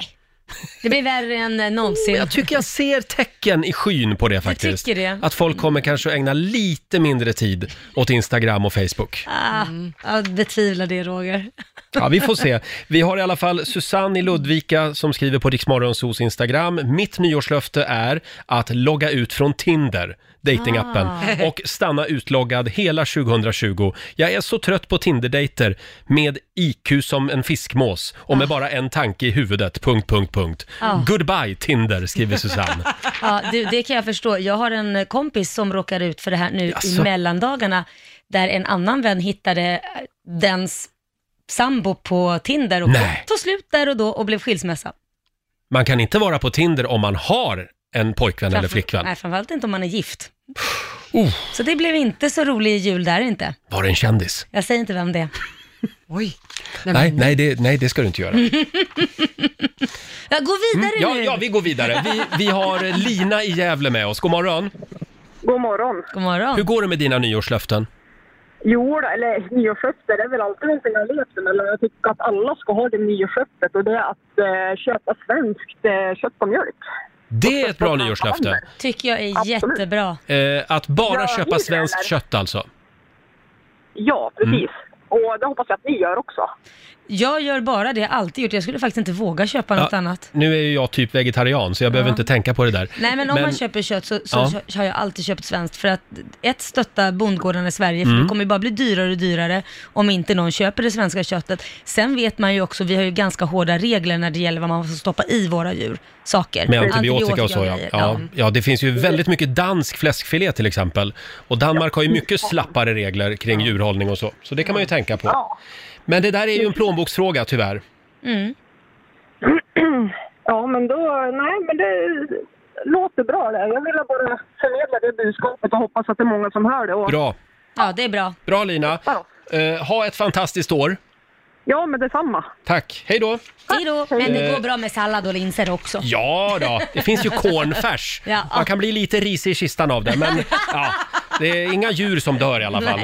B: Det blir värre än eh, någonsin.
A: Jag tycker jag ser tecken i skyn på det faktiskt.
B: tycker det?
A: Att folk kommer kanske att ägna lite mindre tid åt Instagram och Facebook.
B: Ah, jag betvivlar det Roger.
A: Ja, vi får se. Vi har i alla fall Susanne i Ludvika som skriver på Riksmorgonsos Instagram. Mitt nyårslöfte är att logga ut från Tinder, datingappen, och stanna utloggad hela 2020. Jag är så trött på Tinder-dejter med IQ som en fiskmås och med bara en tanke i huvudet, punkt, punkt, punkt. Goodbye Tinder, skriver Susanne.
B: Ja, du, det kan jag förstå. Jag har en eh, kompis som råkar ut för det här nu
A: Jaså?
B: i mellandagarna, där en annan vän hittade eh, dens sambo på Tinder och
A: Nej.
B: tog slut där och då och blev skilsmässa.
A: Man kan inte vara på Tinder om man har en pojkvän eller
B: Framför-
A: flickvän.
B: Nej, framförallt inte om man är gift.
A: Oh.
B: Så det blev inte så rolig jul där inte.
A: Var det en kändis?
B: Jag säger inte vem det är.
C: Oj.
A: Nej, nej, det, nej, det ska du inte göra.
B: Jag går vidare
A: Ja,
B: nu.
A: Mm, ja, vi går vidare. Vi, vi har Lina i Gävle med oss. God morgon.
H: God morgon.
B: God morgon.
A: Hur går det med dina nyårslöften?
H: Jo, då, eller nyårslöften är väl alltid en sån här lek, men jag tycker att alla ska ha det nyårslöftet och det är att eh, köpa svenskt eh, kött och mjölk.
A: Mm. Det är ett bra nyårslöfte.
B: Tycker jag är
H: Absolut.
B: jättebra.
A: Eh, att bara
H: Ja,
A: köpa
H: hur,
A: svenskt
H: eller?
A: kött alltså.
H: Ja, precis. Och det hoppas jag att ni gör också.
B: Jag gör bara det jag alltid gjort. Jag skulle faktiskt inte våga köpa något
A: Ja,
B: annat.
A: Nu är ju jag typ vegetarian så jag behöver inte tänka på det där.
B: Nej men om man köper kött så, så
A: Ja.
B: kö- har jag alltid köpt svenskt för att ett stötta bondgårdarna i Sverige för
A: Mm.
B: det kommer ju bara bli dyrare och dyrare om inte någon köper det svenska köttet. Sen vet man ju också, vi har ju ganska hårda regler när det gäller vad man får stoppa i våra djur, saker.
A: Med antibiotika och så ja.
B: grejer,
A: ja. Ja, det finns ju väldigt mycket dansk fläskfilé till exempel. Och Danmark har ju mycket slappare regler kring djurhållning och så. Så det kan man ju tänka på. Men det där är ju en plånboksfråga tyvärr.
B: Mm.
H: <clears throat> Ja, men då... Nej, men det låter bra det. Jag ville bara förmedla det budskapet och hoppas att det är många som hör det. Och...
A: Bra.
B: Ja, det är bra.
A: Bra Lina. Eh, ha ett fantastiskt år.
H: Ja, men detsamma.
A: Tack. Hej då.
B: Hej då. Men det går bra med sallad och linser också.
A: Ja då, det finns ju kornfärs.
B: <laughs> Ja.
A: Man kan bli lite risig i kistan av det, men ja, det är inga djur som dör i alla fall.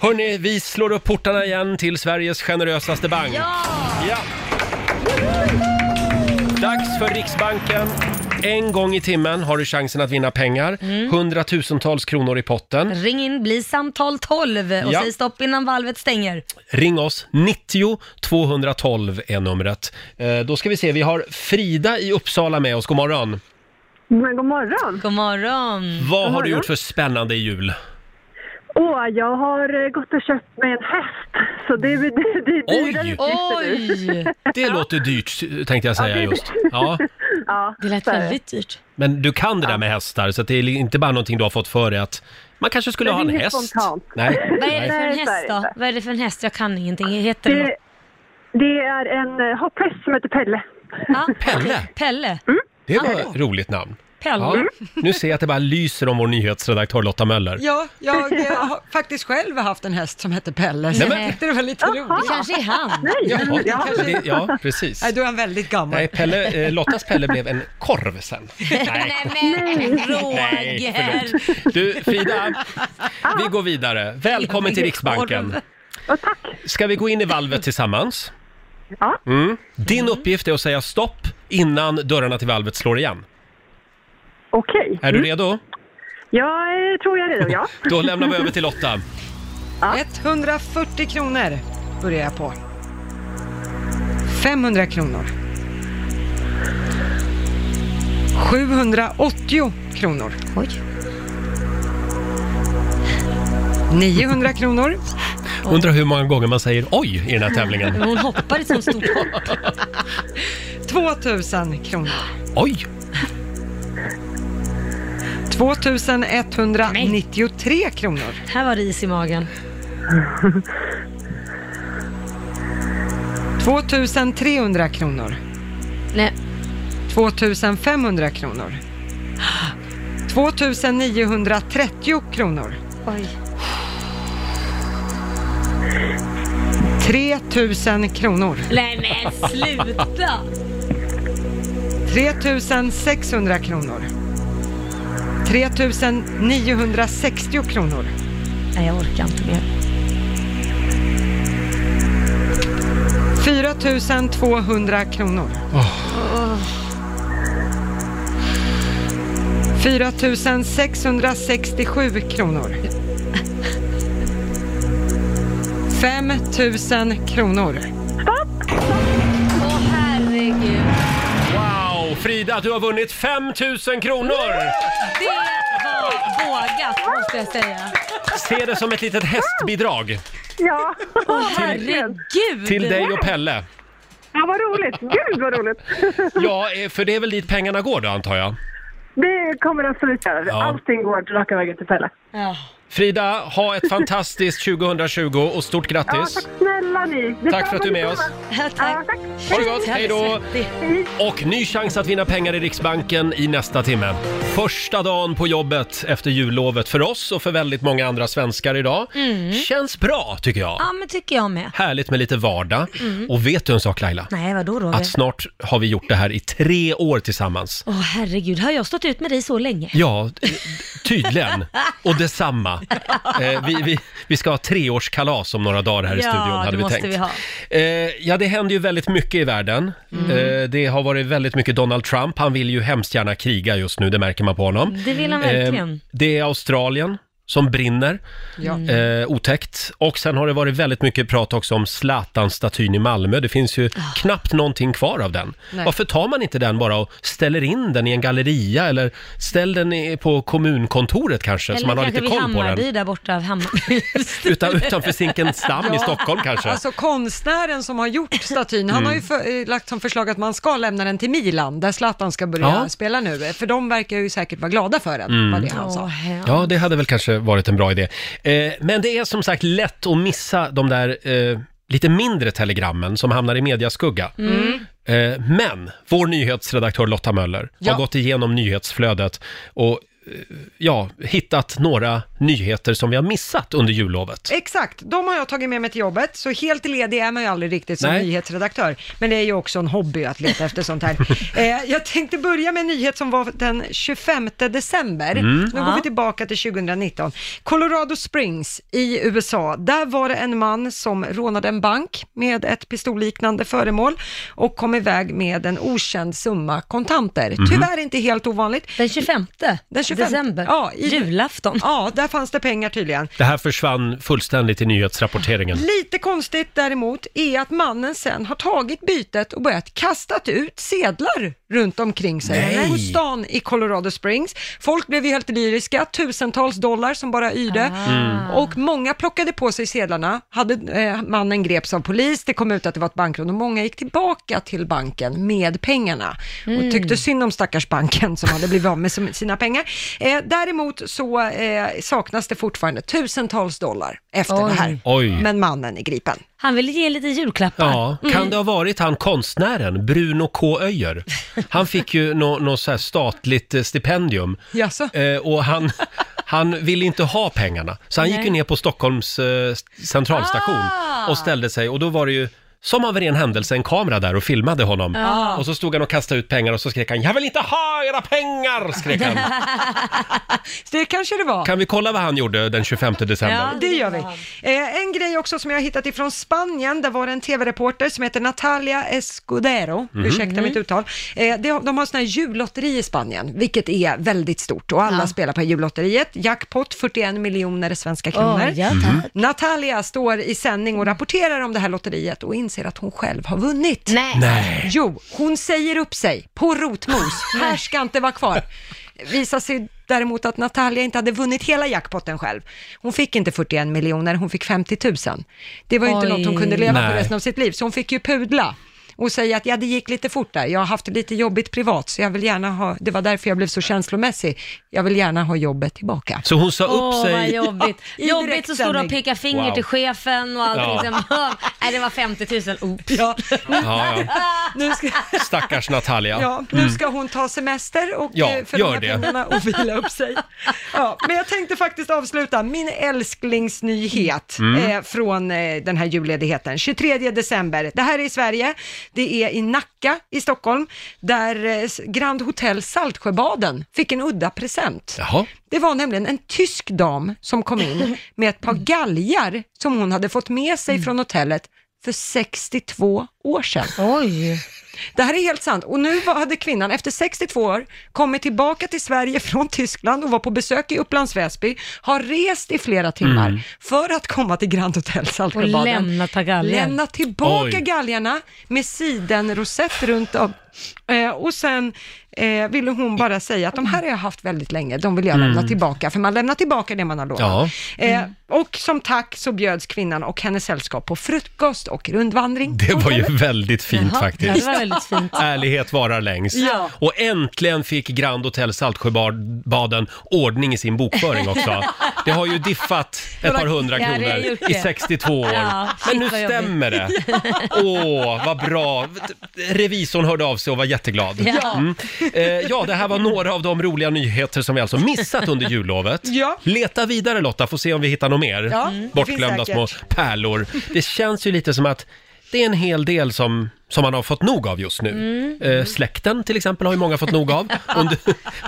A: Hörni, vi slår upp portarna igen till Sveriges generösaste bank.
B: Ja!
A: Ja. Dags för Riksbanken. En gång i timmen har du chansen att vinna pengar.
B: Mm.
A: Hundratusentals kronor i potten.
B: <laughs> Ring in, bli samtal 12 och
A: Ja.
B: säg stopp innan valvet stänger.
A: Ring oss, 90 212 är numret. Eh, då ska vi se, vi har Frida i Uppsala med oss. God morgon.
H: Men god morgon.
B: God morgon.
A: Vad har du
H: morgon.
A: gjort för spännande i jul?
H: Åh, jag har eh, gått och köpt mig en häst. Så det är det, det, det,
A: Oj!
H: det, det,
B: Oj!
A: Det låter dyrt tänkte jag säga just. Ja,
H: Ja,
B: Det lät
H: så är
B: väldigt dyrt.
A: men du kan det där med hästar så att det är inte bara någonting du har fått för dig att man kanske skulle
H: Det
A: ha en
H: är ju
A: häst.
H: spontant.
A: Nej.
B: Vad är det för en
H: Nej, så är
B: häst
H: det
B: då?
H: inte.
B: Vad är det för en häst? Jag kan ingenting. Heter det något?
H: Det, det är en eh, hopphäst som heter Pelle.
B: Ja.
A: <laughs> Pelle.
B: Pelle.
A: Det var ett roligt namn.
B: Pelle.
A: Ja, nu ser jag att det bara lyser om vår nyhetsredaktör Lotta Möller.
C: Ja, jag eh, har faktiskt själv haft en häst som hette Pelle, så
A: Nej, men-
C: jag tyckte det var lite
B: Det
C: roligt.
B: kanske är han.
A: Ja, det, ja precis.
C: Nej, då är han väldigt gammal.
A: Nej, Pelle, eh, Lottas Pelle blev en korv sen. Nej.
B: men
A: Nej,
B: Roger!
A: förlåt. Du, Frida, vi går vidare. Välkommen till Riksbanken.
H: Och tack.
A: Ska vi gå in i valvet tillsammans?
H: Ja.
A: Mm. Din uppgift är att säga stopp innan dörrarna till valvet slår igen.
H: Okej.
A: Är du redo?
H: Jag eh, tror jag är redo, Mm. ja.
A: Då lämnar vi över till Lotta.
C: 140 kronor börjar jag på. 500 kronor. 780 kronor.
B: Oj.
C: 900 kronor.
A: Undrar hur många gånger man säger oj i den här tävlingen.
H: Mm.
B: Hon hoppade ett sånt stort hopp.
C: 2000 kronor.
A: Oj!
C: 2193 kronor.
B: Här var det is
C: <laughs>
B: i magen.
C: 2300 kronor.
B: Nej.
C: 2500 kronor. 2930 kronor.
B: Oj.
C: 3000 kronor.
B: Nej men sluta!
C: 3600 kronor. 3960 kronor.
B: Nej jag orkar inte mer.
C: 4200 kronor. 4667 kronor. 5000 kronor.
B: Åh herregud.
A: Wow! Frida, du har vunnit 5 000 kronor!
B: Det var vågat måste jag säga.
A: Se det som ett litet hästbidrag
H: ja. <laughs>
B: Åh herregud!
A: till dig och Pelle.
H: ja, vad roligt. Gud, vad roligt.
A: Ja, eh, för det är väl dit pengarna går då antar jag?
H: Det kommer absolut göra.
A: Ja.
H: Allting går raka vägen till Pelle.
B: Ja.
A: Frida, ha ett fantastiskt 2020 och stort
H: Ja,
A: grattis!
H: tack snälla ni.
A: Tack för att du är med oss.
B: Ja,
H: Ja,
B: tack.
H: tack.
A: Ha det gott, hej då! Och ny chans att vinna pengar i Riksbanken i nästa timme. Första dagen på jobbet efter jullovet för oss och för väldigt många andra svenskar idag. Känns bra tycker jag.
B: Mm. Ja, men tycker jag med.
A: Härligt med lite vardag. Och vet du en sak Laila?
B: Nej, vadå Roger? Åh
A: Att snart har vi gjort det här i tre år tillsammans.
B: herregud, har jag stått ut med dig så länge?
A: Ja, eh, tydligen. Och
B: <laughs>
A: detsamma. Eh, vi, vi, vi ska ha treårskalas om några dagar här i
B: Ja,
A: studion,
B: det
A: hade vi
B: måste
A: tänkt.
B: vi ha.
A: Eh, ja, det händer ju väldigt mycket i världen.
B: Mm.
A: Eh, det har varit väldigt mycket Donald Trump. Han vill ju hemskt gärna kriga just nu, det märker man på honom.
B: Det vill han verkligen.
A: Eh, det är Australien som brinner.
C: Ja.
B: Mm.
A: Eh, otäckt. Och sen har det varit väldigt mycket prat också om Zlatan-statyn i Malmö. Det finns ju
B: Ah.
A: knappt någonting kvar av den.
C: Nej.
A: Varför tar man inte den bara och ställer in den i en galleria eller ställ den i, på kommunkontoret kanske, så
B: Eller
A: man har lite
B: kanske vid
A: koll på
B: Hammarby
A: den.
B: där borta.
C: <laughs>
B: av Hammarby.
A: Utan, utanför Zinkensdamm i
B: <laughs>
C: Ja.
A: Stockholm kanske. Mm.
C: Alltså konstnären som har gjort statyn, han har ju för, eh, lagt som förslag att man ska lämna den till Milan, där Zlatan ska börja
A: Ja. Mm.
C: spela nu. För de verkar ju säkert vara glada för den, var det han
B: Åh,
C: sa.
B: herre.
A: Ja, det hade väl kanske varit en bra idé. Eh, men det är som sagt lätt att missa de där eh, lite mindre telegrammen som hamnar i mediaskugga.
E: Mm.
A: Eh, men vår nyhetsredaktör Lotta Möller
C: Ja.
A: har gått igenom nyhetsflödet och eh, ja, hittat några nyheter som vi har missat under jullovet.
C: Exakt, de har jag tagit med mig till jobbet, så helt ledig är man ju aldrig riktigt som
A: Nej.
C: nyhetsredaktör. Men det är ju också en hobby att leta efter sånt här. Eh, jag tänkte börja med en nyhet som var den 25 december. Nu går
B: Ja.
C: vi tillbaka till 2019. Colorado Springs i USA, där var det en man som rånade en bank med ett pistolliknande föremål och kom iväg med en okänd summa kontanter. Tyvärr inte helt ovanligt.
B: Den 25
C: Den 25
B: december,
C: Ja, i-
B: julafton.
C: Ja, där fanns det pengar tydligen.
A: Det här försvann fullständigt i nyhetsrapporteringen.
C: Lite konstigt däremot är att mannen sen har tagit bytet och börjat kastat ut sedlar runt omkring sig
A: Nej.
C: på stan i Colorado Springs. Folk blev ju helt lyriska, tusentals dollar som bara yrde
A: Ah.
C: och många plockade på sig sedlarna. Hade, eh, mannen greps av polis, det kom ut att det var ett bankrån och många gick tillbaka till banken med pengarna
A: Mm.
C: och tyckte synd om stackars banken som hade blivit av med som- sina pengar. Eh, däremot så eh, saknas det fortfarande tusentals dollar efter
B: Oj.
C: det här.
A: Oj.
C: Men mannen är gripen.
B: Han ville ge lite julklappar.
A: Ja, kan det ha varit han konstnären, Bruno K. Öijer? Han fick ju något nå så här statligt eh, stipendium
C: Jaså?
A: Eh, och han, han ville inte ha pengarna, så han gick ju ner på Stockholms eh, centralstation
B: Ah.
A: och ställde sig och då var det ju som av en ren händelse en kamera där och filmade honom. Och så stod han och kastade ut pengar och så skrek han “Jag vill inte ha era pengar!” skrek han.
C: Det kanske det var.
A: Kan vi kolla vad han gjorde den 25 december?
B: Ja.
C: det gör vi. Eh, en grej också som jag har hittat ifrån Spanien, där var det en tv-reporter som heter Natalia Escudero, ursäkta
B: Mm.
C: mitt uttal. Eh, det, har- de har sådana här jullotteri i Spanien, vilket är väldigt stort och alla
B: Ja.
C: spelar på jullotteriet. Jackpot 41 miljoner svenska
B: Åh,
C: kronor.
B: ja, tack.
C: Natalia står i sändning och rapporterar om det här lotteriet och inser att hon själv har vunnit.
B: Nej.
A: Nej.
C: Jo, hon säger upp sig på rotmos. Här ska inte vara kvar. Visar sig däremot att Natalia inte hade vunnit hela jackpotten själv. Hon fick inte 41 miljoner, hon fick 50 000. Det var ju inte
B: Oj.
C: något hon kunde leva
A: Nej.
C: på resten av sitt liv, så hon fick ju pudla och säga att ja, det gick lite fort där. Jag har haft det lite jobbigt privat, så jag vill gärna ha, det var därför jag blev så känslomässig. Jag vill gärna ha jobbet tillbaka.
A: Så hon sa upp
B: Åh, vad
A: sig.
B: jobbigt.
C: Ja, i
B: jobbigt att stå där och
C: direktsändning.
B: peka finger
A: Wow.
B: till chefen och allt.
A: Ja.
B: Liksom. <laughs> Nej, det var 50 000. Oops.
C: Ja,
A: <laughs> Ja, ja.
C: nu ska,
A: Stackars Natalia.
C: ja, nu ska hon ta semester och
A: Ja,
C: eh, för
A: gör
C: de här
A: det.
C: pengarna och vila upp sig. Ja, men jag tänkte faktiskt avsluta min älsklingsnyhet
A: Mm.
C: eh, från eh, den här julledigheten. 23 december, det här är i Sverige, det är i Nacka i Stockholm, där eh, s- Grand Hotel Saltsjöbaden fick en udda present.
A: Jaha.
C: Det var nämligen en tysk dam som kom in med ett par galgar som hon hade fått med sig från hotellet för 62 år sedan.
B: Oj.
C: Det här är helt sant. Och nu var- hade kvinnan efter 62 år kommit tillbaka till Sverige från Tyskland och var på besök i Upplands Väsby, har rest i flera timmar för att komma till Grand Hotel Saltsjöbaden.
B: Och lämnat par galgar.
C: Lämnat tillbaka
A: Oj.
C: galgarna med sidenrosett runt om. Eh, och sen eh, ville hon bara säga att de här har jag haft väldigt länge, de vill jag lämna tillbaka, för man lämnar tillbaka det man har lovat.
A: Mm. Ja.
C: Eh,
B: Mm.
C: och som tack så bjöds kvinnan och hennes sällskap på frukost och rundvandring.
A: Det var ju väldigt fint
B: Jaha,
A: faktiskt.
B: Det var väldigt fint.
A: Ärlighet varar längst.
B: Ja.
A: Och äntligen fick Grand Hotel Saltsjöbaden ordning i sin bokföring också. Det har ju diffat ett par hundra
B: Ja, det har
A: kronor
B: gjort
A: i
B: det.
A: 62 år.
B: Ja,
A: Men
B: shit,
A: nu
B: vad jobbigt.
A: stämmer det. Åh, vad bra. Revisorn hörde av sig och var jätteglad.
B: Ja.
A: Eh, ja, det här var några av de roliga nyheter som vi alltså missat under jullovet.
C: Ja.
A: Leta vidare Lotta, får se om vi hittar något mer.
C: Ja, Mm. det
A: Bortglömda
C: finns
A: små
C: säkert.
A: pärlor. Det känns ju lite som att det är en hel del som, som man har fått nog av just nu.
B: Mm.
A: Eh, släkten till exempel har ju många fått nog av
B: <laughs>
A: under,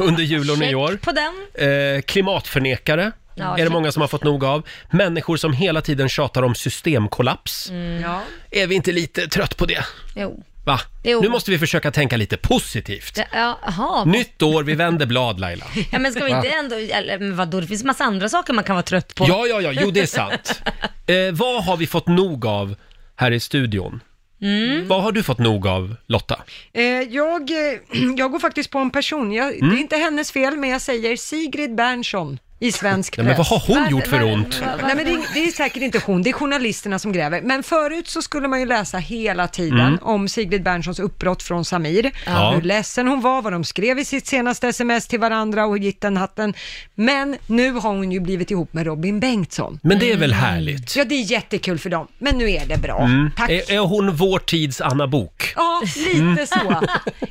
A: under jul och nyår.
B: Check på den.
A: Eh, klimatförnekare
B: Ja,
A: är det
B: check.
A: många som har fått nog av. Människor som hela tiden tjatar om
B: Mm.
A: systemkollaps.
C: Ja.
A: Är vi inte lite trött på det?
B: Jo.
A: Va?
B: Jo.
A: Nu måste vi försöka tänka lite positivt.
B: Ja, Jaha,
A: Nytt år, vi vänder blad Laila.
B: ja, men ska vi inte ändå, eller men vadå, det finns massa andra saker man kan vara trött på.
A: Ja, ja, ja, jo det är
B: <laughs>
A: sant. Eh, vad har vi fått nog av här i studion?
B: Mm.
A: Vad har du fått nog av Lotta?
C: Eh, jag, eh, <clears throat> jag går faktiskt på en person, jag,
A: Mm.
C: det är inte hennes fel, men jag säger Sigrid Bernson i
A: <laughs>
C: svensk
A: Nej,
C: press.
A: men vad har hon gjort för
B: Varför-
A: ont?
B: var- var-
C: Nej, men det, är, det är säkert inte hon, det är journalisterna som gräver. Men förut så skulle man ju läsa hela tiden om Sigrid Bernssons uppbrott från Samir.
A: Mm. Ja.
C: Hur ledsen hon var, vad de skrev i sitt senaste sms till varandra och gick den hatten. Men nu har hon ju blivit ihop med Robin Bengtsson.
A: Men det är väl härligt? Mm. Eh,
C: Ja, det är jättekul för dem, men nu är det bra. Tack.
A: Är, är hon vår tids Anna Bok?
C: Ja,
A: Mm.
C: lite
A: <laughs>
C: så.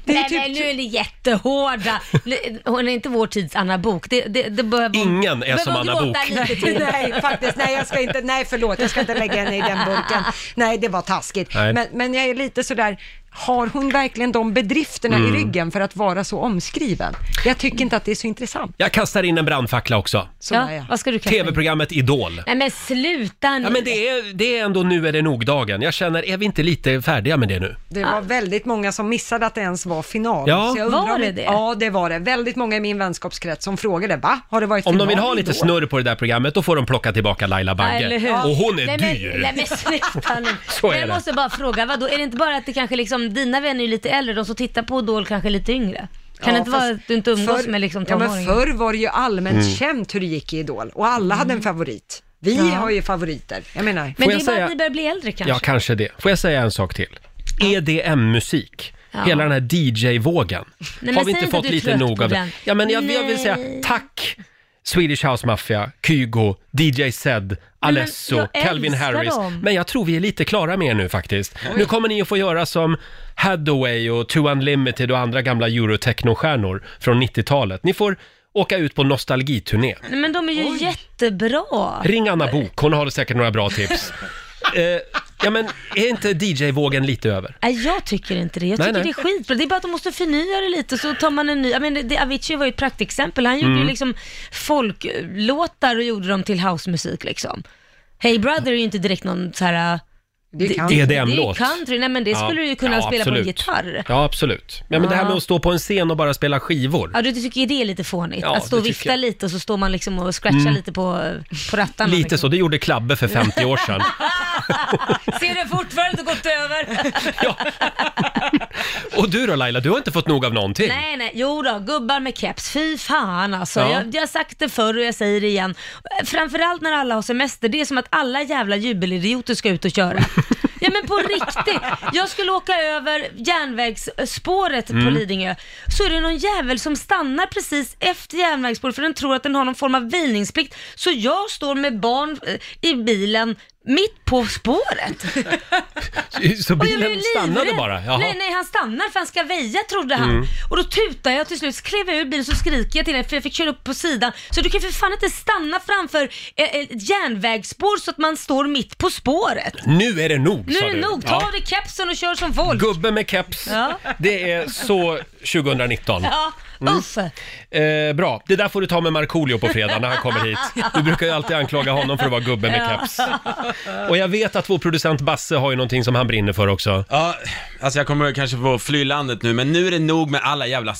C: Det är
B: Nej,
C: typ
B: men nu är ni jättehårda. Nu- Hon är inte vår tids Anna Bok. Det, det, det behöver,
A: Ingen är
B: behöver
A: som
B: hon
A: Anna
B: gråta
A: Bok.
B: Lite till.
C: <laughs> Nej, faktiskt. Nej, jag ska inte, nej förlåt, jag ska inte lägga henne i den burken. Nej, det var taskigt.
A: Nej.
C: Men, men jag är lite sådär, har hon verkligen de bedrifterna
A: Mm.
C: i ryggen för att vara så omskriven? Jag tycker inte att det är så intressant.
A: Jag kastar in en brandfackla också.
C: Så är
B: Ja,
C: jag.
B: vad ska du kalla mig?
A: TV-programmet Idol.
B: Nej men sluta nu.
A: Ja, men det är, det är ändå nu är det nog-dagen. Jag känner, är vi inte lite färdiga med det nu?
C: Det var väldigt många som missade att det ens var final.
A: Ja.
C: Så jag undrar
B: Var
C: om-
B: det det?
C: Ja, det var det. Väldigt många i min vänskapskrets som frågade, va? Har det varit
A: Om
C: final
A: de vill ha lite
C: igår?"
A: snurr på det där programmet, då får de plocka tillbaka Laila
B: Ja,
A: Bagge.
B: eller hur?
A: Och hon är
B: nej, Men, nej
A: dyr.
B: men sluta nu.
A: <laughs> Så är
B: jag
A: det.
B: måste bara fråga, vadå, är det inte bara att det kanske liksom, dina vänner är lite äldre, de som tittar på Idol kanske är lite yngre? Kan det inte
C: fast
B: vara att du inte umgås
C: förr-
B: med liksom
C: ja, men
B: tonåringar?
C: Förr var det ju allmänt
A: Mm.
C: känt hur det gick i Idol och alla hade en favorit. Vi har ju favoriter. Jag menar,
B: Mm. men
A: Får
B: det
A: jag
B: är bara
A: säga-
B: att ni börjar bli äldre kanske?
A: Ja, kanske det. Får jag säga en sak till? EDM-musik.
B: Ja.
A: Hela den här DJ-vågen.
B: men
A: Har vi
B: säg
A: inte
B: inte
A: fått
B: att du är
A: lite
B: trött
A: nog
B: på
A: av det?
B: den.
A: Ja, men jag, jag vill säga
B: Nej.
A: tack Swedish House Mafia, Kygo, DJ Zed, Alesso,
B: jag
A: Calvin
B: älskar
A: Harris.
B: dem.
A: Men jag tror vi är lite klara med er nu faktiskt. Nu kommer ni att få göra som Hathaway och Two Unlimited och andra gamla Eurotechnostjärnor från 90-talet. Ni får åka ut på nostalgiturné.
B: Nej, men de är ju jättebra.
A: Ring Anna Bok, hon har säkert några bra
B: <laughs>
A: tips. eh, ja, men är inte DJ-vågen lite över?
B: Nej, jag tycker inte det. Jag
A: Nej,
B: tycker
A: nej.
B: det är skitbra. Det är bara att de måste förnya det lite, så tar man en ny. Jag menar, det, Avicii var ju ett praktexempel. Han gjorde ju
A: Mm.
B: liksom folklåtar och gjorde dem till housemusik liksom. Hey Brother är ju inte direkt någon så här... äh,
C: det kan
A: EDM-låt.
B: Det är ju country, nej men det skulle du ju kunna spela på en gitarr. Ah.
A: Ja, absolut. Ja, men det här med att stå på en scen och bara spela skivor.
B: Ja, du tycker ju det är lite fånigt.
A: Ja,
B: att stå och
A: det tycker
B: vifta
A: jag. Mm.
B: lite och så står man liksom och scratchar lite på, på rattarna.
A: Lite så,
B: liksom.
A: det gjorde Klabbe för 50 år
B: <laughs>
A: sedan.
B: Ser det fortfarande
A: <laughs>
B: gått över?
A: Ja. Och du då Laila, du har inte fått nog av någonting?
B: Nej, nej, jo då, gubbar med keps. Fy fan alltså.
A: Ja.
B: Jag, jag har sagt det förr och jag säger det igen. Framförallt när alla har semester, det är som att alla jävla jubelidioter ska ut
A: <laughs>
B: och köra. Ja men på riktigt. Jag skulle åka över järnvägsspåret
A: Mm.
B: på Lidingö. Så är det någon jävel som stannar precis efter järnvägsspåret för den tror att den har någon form av vilningsplikt. Så jag står med barn eh, i bilen mitt på spåret.
A: Eh, Så
B: Och jag blev
A: bilen
B: livrädd.
A: stannade bara? Jaha. Mm.
B: Nej, nej, han stannar för han ska väja trodde han. Och då tutar jag till slut, klev jag ur bilen så skriker jag till henne för jag fick köra upp på sidan. Så du kan ju för fan inte stanna framför eh, ett järnvägsspår så att man står mitt på spåret.
A: Nu är det nog,
B: Nu
A: sa
B: är det
A: du.
B: nog, ta
A: Ja.
B: av dig kepsen och kör som folk.
A: Gubbe med keps.
B: Ja.
A: Det är så 2019.
B: Ja, uff.
A: Eh, bra, det där får du ta med Markoolio på fredag när han kommer hit. Du brukar ju alltid anklaga honom för att vara gubbe med
B: <laughs>
A: keps. Och jag vet att vår producent Basse har ju någonting som han brinner för också.
F: Ja, alltså jag kommer kanske få fly landet nu, men nu är det nog med alla jävla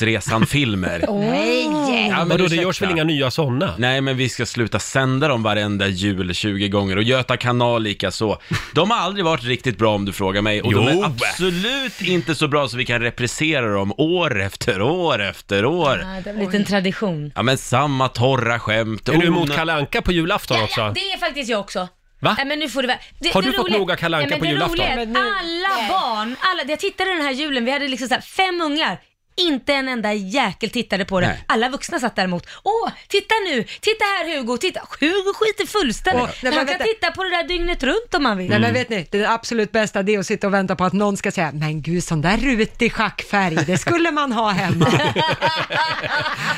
F: Sällskapsresan-filmer.
B: Nej.
F: ja, men
A: Vadå, det
F: ursäkta.
A: görs väl inga nya sådana?
F: Nej, men vi ska sluta sända dem varenda jul 20 gånger och Göta kanal lika så. De har aldrig varit riktigt bra om du frågar mig och de
A: Jo.
F: är absolut inte så bra så vi kan repressera dem år efter år efter år.
B: Ja, det har blivit en tradition.
F: Ja, men samma torra skämt.
A: Är du
F: Onö-
A: emot Kalle Anka på julafton också?
B: Det är faktiskt jag också.
A: Va?
B: Nej, men nu får du väl... det,
A: Har
B: det
A: du fått
B: roliga-
A: noga Kalle Anka
B: Nej, men
A: på
B: det
A: julafton?
B: roliga är
C: Men
B: att
C: nu-
B: alla barn, alla, jag tittade den här julen, vi hade liksom så här fem ungar. Inte en enda jäkel tittade på det.
F: Nej.
B: Alla vuxna satt däremot. Åh, titta nu! Titta här Hugo! Titta. Hugo skiter fullständigt
C: Åh, nej, men
B: Han kan
C: vänta.
B: titta på det där dygnet runt om han vill.
A: Mm.
C: Nej men vet ni, det absolut bästa det är att sitta och vänta på att någon ska säga, men gud sån där rutig schackfärg, det skulle man ha hemma.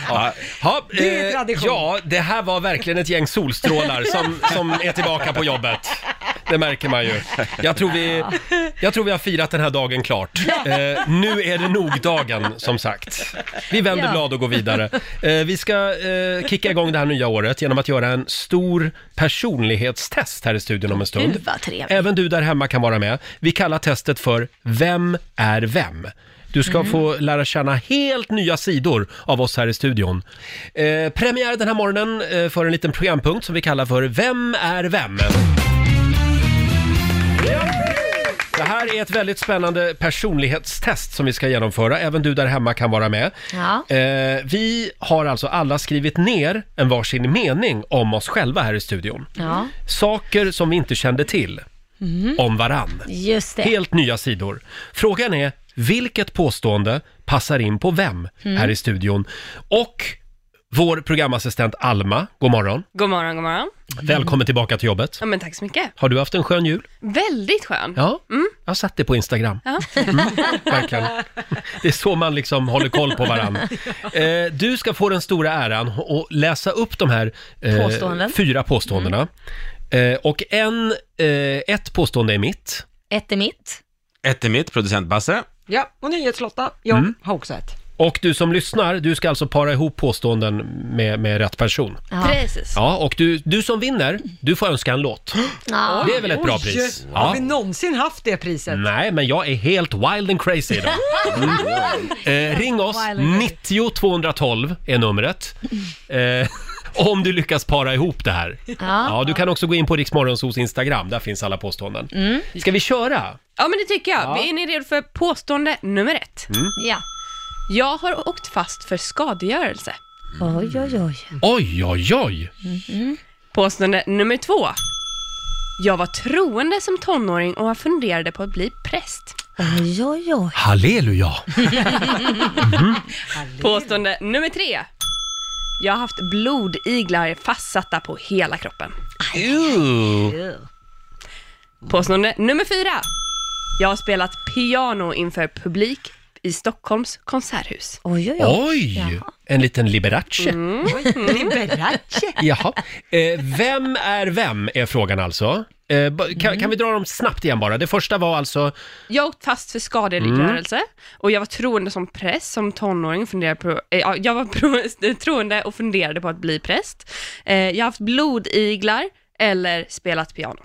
A: Ja. Ha,
C: Det är tradition.
A: ja, det här var verkligen ett gäng solstrålar som, som är tillbaka på jobbet. Det märker man ju. Jag tror vi, jag tror vi har firat den här dagen klart. Eh, nu är det nog-dagen, som sagt. Vi vänder
B: Ja.
A: blad och går vidare. Eh, vi ska eh, kicka igång det här nya året genom att göra en stor personlighetstest här i studion om en stund.
B: Gud, vad trevligt.
A: Även du där hemma kan vara med. Vi kallar testet för Vem är vem? Du ska
B: Mm.
A: få lära känna helt nya sidor av oss här i studion. Eh, premiär den här morgonen eh, för en liten programpunkt som vi kallar för Vem är vem? Det här är ett väldigt spännande personlighetstest som vi ska genomföra. Även du där hemma kan vara med.
B: Ja.
A: Eh, vi har alltså alla skrivit ner en varsin mening om oss själva här i studion.
B: ja, Mm.
A: Saker som vi inte kände till Mm. om varann.
B: just det.
A: Helt nya sidor. Frågan är, vilket påstående passar in på vem
B: Mm.
A: här i studion? Och vår programassistent Alma, god morgon.
I: God morgon, god morgon.
B: Mm.
A: Välkommen tillbaka till jobbet.
I: Ja, men tack så mycket.
A: Har du haft en skön jul?
I: Väldigt skön.
A: Ja,
B: Mm.
A: jag har sett det på Instagram. <laughs>
I: Ja.
A: Mm,
B: <laughs>
A: verkligen. Det är så man liksom håller koll på varandra. Eh, du ska få den stora äran att läsa upp de här eh,
B: Påståenden. Mm.
A: fyra påståendena. Eh, och en, eh, ett påstående är mitt.
B: <laughs> Ett är mitt.
F: Ett är mitt, producent Basse.
C: ja, och nyhetslotta, jag
A: Mm.
C: har också ett.
A: Och du som lyssnar, du ska alltså para ihop påståenden med, med rätt person.
B: Ja.
I: Precis.
A: Ja, och du, du som vinner, du får önska en låt.
B: Ja.
A: Det är väl ett bra pris?
C: Oj, Har
A: Ja.
C: vi någonsin haft det priset?
A: Nej, men jag är helt wild and crazy
B: <laughs>
A: idag.
C: <laughs>
A: Mm. Eh, ring oss,
B: Wild and
A: 90 212 är numret. Eh, <laughs> om du lyckas para ihop det här. Ja, du kan också gå in på Riksmorgonsos Instagram, där finns alla påståenden.
I: Mm.
A: Ska vi köra?
I: Ja, men det tycker jag.
A: Ja.
I: Är ni redo för påstående nummer ett?
B: ja.
I: Jag har åkt fast för skadegörelse.
B: Oj, oj, oj. Mm-hmm.
A: Oj, oj, oj!
I: Påstående nummer två. Jag var troende som tonåring och jag funderade på att bli
B: <laughs>
I: präst.
B: Oj, oj, oj.
A: Halleluja!
I: Påstående nummer tre. Jag har haft blodiglar fastsatta på hela kroppen. Påstående nummer fyra. Jag har spelat piano inför publik i Stockholms konserthus.
B: Oj, oj, oj.
A: Oj! En liten Liberace.
I: Mm.
B: <laughs>
C: Oj, Liberace!
A: <laughs> Jaha. Eh, vem är vem är frågan alltså. Eh, ba- kan, kan vi dra dem snabbt igen bara? Det första var alltså,
I: Mm.
A: Mm.
I: Jag har åkt fast för skadegörelse och jag var troende som präst som tonåring. Funderade på, eh, ja, jag var pro, <laughs> troende och funderade på att bli präst. Eh, jag har haft blodiglar eller spelat piano.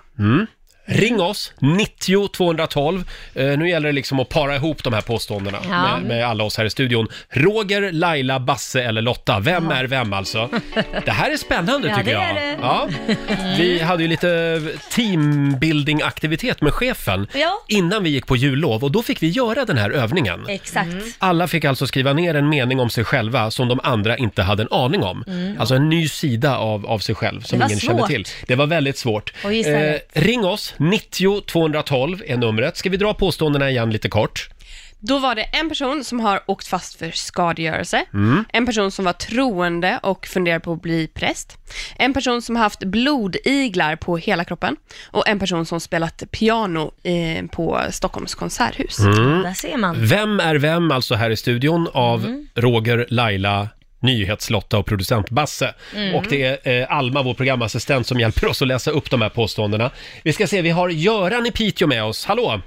A: ring oss, 90 212. Eh, nu gäller det liksom att para ihop de här påståendena
B: Ja.
A: med, med alla oss här i studion. Roger, Laila, Basse eller Lotta. Vem är vem alltså? Det här är spännande
B: <laughs> Ja,
A: tycker
B: det
A: jag.
B: är det.
A: Ja. Vi hade ju lite teambuilding-aktivitet med chefen
B: Ja.
A: innan vi gick på jullov och då fick vi göra den här övningen.
B: Exakt.
C: Mm.
A: Alla fick alltså skriva ner en mening om sig själva som de andra inte hade en aning om. Alltså en ny sida av, av sig själv som
B: Mm. Det var
A: ingen kände
B: svårt.
A: till. Det var väldigt svårt. Eh,
B: Och gissa rätt.
A: ring oss, 90 212 är numret. Ska vi dra påståendena igen lite kort?
I: Då var det en person som har åkt fast för skadegörelse,
A: Mm.
I: en person som var troende och funderade på att bli präst, en person som haft blodiglar på hela kroppen och en person som spelat piano eh, på Stockholms konserthus.
B: Där ser man.
A: Mm.
B: Mm.
A: Vem är vem alltså här i studion av Roger, Laila, Nyhetslotta och producent Basse.
B: Mm.
A: Och det är eh, Alma, vår programassistent, som hjälper oss att läsa upp de här påståendena. Vi ska se, vi har Göran i Piteå med oss. Hallå!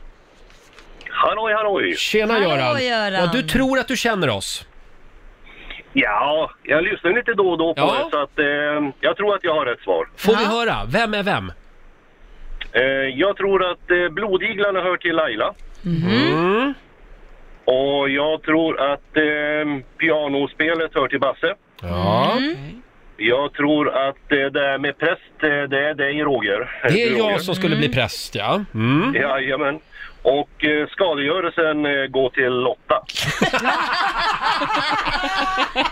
J: Halloj, halloj!
A: Tjena
B: Hallå,
A: Göran!
B: Göran.
A: Ja, du tror att du känner oss.
J: Ja, jag lyssnar lite då och då på
A: Ja.
J: det, så att, eh, jag tror att jag har rätt svar.
A: Får vi
B: Ja.
A: höra, vem är vem?
J: Eh, jag tror att eh, blodiglarna hör till Laila.
A: Mm.
J: Och jag tror att eh, pianospelet hör till Basse.
A: Ja,
J: Jag tror att eh, det här med präst, eh, det är dig Roger.
A: det är
J: Roger.
A: jag som skulle bli präst ja. Mm.
J: Jajamän. Och eh, skadegörelsen eh, går till Lotta.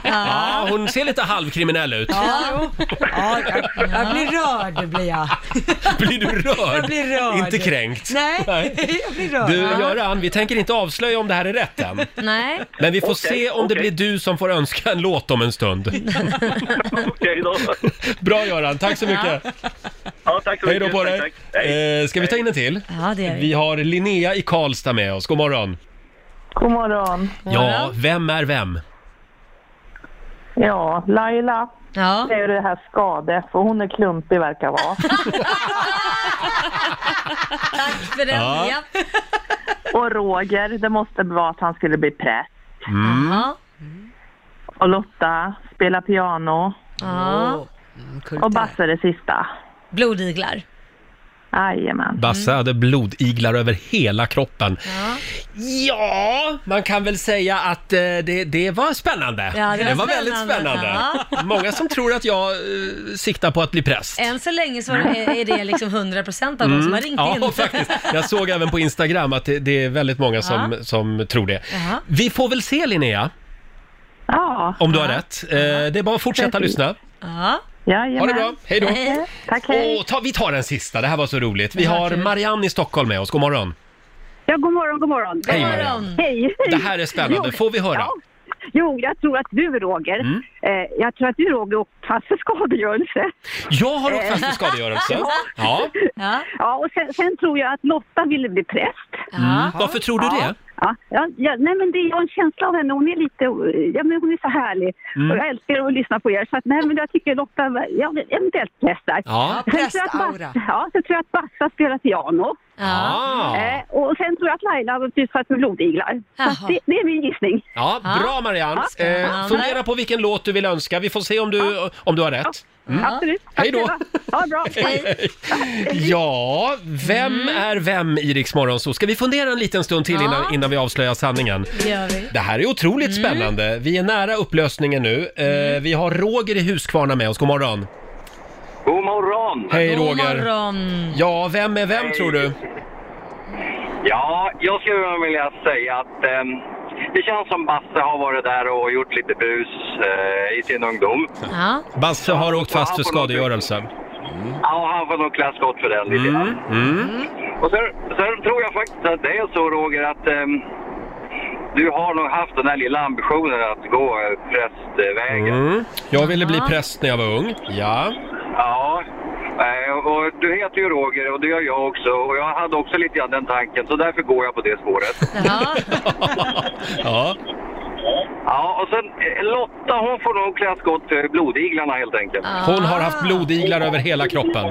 A: Ja, hon ser lite halvkriminell ut.
C: Ja, ja jag, jag blir rörd blir jag.
A: Blir du rörd?
C: Jag blir rörd.
A: Inte kränkt.
C: Nej, <laughs> jag blir rörd.
A: Du Göran, vi tänker inte avslöja om det här är rätt än.
B: Nej.
A: Men vi får
B: Okej,
A: se om det
B: okej.
A: blir du som får önska en låt om en stund.
J: Okej då.
A: Bra Göran, tack så mycket.
J: Ja, tack så
A: Hej då
J: mycket.
A: på dig.
J: Tack, tack.
A: Eh, ska vi ta in en till?
B: Ja, det gör vi.
A: Vi har Linnea i Karlstad med oss. God morgon.
K: God morgon.
A: Ja, vem är vem?
K: Ja, Laila.
B: Ja.
K: Det är ju det här skade, för hon är klumpig verkar
B: <laughs>
K: vara.
B: Tack för
K: den, Ja. ja. Och Roger, det måste vara att han skulle bli präst.
E: Mm.
K: Och Lotta spelar piano.
B: Ja.
A: Mm,
K: Och Basse är det sista.
B: Blodiglar.
K: Jajamän.
A: Basse hade blodiglar över hela kroppen. Ja, man kan väl säga att eh, det, det var spännande.
B: Ja, det var
A: väldigt
B: spännande.
A: spännande. Många som tror att jag eh, siktar på att bli präst. Mm.
B: Än så länge så är är det liksom 100% av de som har ringt
A: ja, <laughs>
B: in. <laughs>
A: faktiskt. Jag såg även på Instagram att det, det är väldigt många som,
B: Ja.
A: som tror det.
B: Ja.
A: Vi får väl se Linnea,
K: Ja.
A: om du har rätt. Eh, Det är bara att fortsätta
K: Precis.
A: lyssna.
B: Ja.
K: Jajamän.
A: Ha det bra. Hej då.
B: Hej.
K: Tack, hej.
A: Och ta, vi tar den sista, det här var så roligt. Vi
K: Det var
A: har
K: kul.
A: Marianne i Stockholm med oss, god morgon.
L: Ja, god morgon, god morgon.
A: Hej, Marianne.
L: Hej.
A: Det här är spännande,
L: Jo,
A: får vi höra?
L: Ja. Jo, jag tror att du Roger,
A: Mm.
L: eh, jag tror att du Roger åkt fast för skadegörelse.
A: Jag har åkt
L: Eh,
A: fast för skadegörelse.
L: <laughs> Ja.
A: Ja.
B: Ja.
L: och sen, sen tror jag att Lotta ville bli präst.
A: Mm. Varför tror du det?
L: Ja, ja, ja, nej men det är jag har en känsla av henne. Hon är lite, ja men hon är så härlig.
A: Mm.
L: Och jag älskar att lyssna på er. Så att, nej men jag tycker Lotta, var- ja eventuellt präst där.
E: Ja.
L: Sen tror jag att Bas-
E: Prästaura.
L: Ja, sen tror jag att Bassa spelar piano.
A: Ah.
L: Eh, och sen tror jag att Laila var precis för att hon blodiglar. Så att
A: Jaha.
L: det, det är min gissning.
A: Ja, bra Marianne.
L: Ja.
A: Eh,
L: Ja.
A: fundera på vilken låt du vill önska. Vi får se om du, om du har rätt. Mm.
L: Absolut.
A: Hej då.
L: Ha det bra.
A: <laughs>
L: Mm.
A: Hej. Ja, vem är vem i Rix Morgonzoo? Ska vi fundera en liten stund till innan, innan vi avslöjar sanningen?
B: Det gör vi.
A: Det här är otroligt
L: Mm.
A: spännande. Vi är nära upplösningen nu. Eh, Vi har Roger i Huskvarna med oss. God morgon.
J: God morgon!
A: Hej Roger. Ja, vem är vem
J: Hej.
A: tror du?
J: Ja, jag skulle vilja säga att ehm, det känns som Basse har varit där och gjort lite bus eh, i sin ungdom.
B: Ja.
A: Basse har åkt fast för skadegörelse.
J: Ja, han får nog klä skott för den lite grann.
A: Mm.
J: Och sen, sen tror jag faktiskt att det är så Roger att ehm, du har nog haft den där lilla ambitionen att gå eh, prästvägen.
A: Mm. Jag ville bli präst när jag var ung. Ja.
J: Ja, eh, och du heter ju Roger och det gör jag också. Och jag hade också lite grann den tanken, så därför går jag på det spåret.
A: ja.
J: Ja, och sen eh, Lotta hon får nog klä eh, skott för blodiglarna helt enkelt.
A: Hon har haft blodiglar över hela kroppen.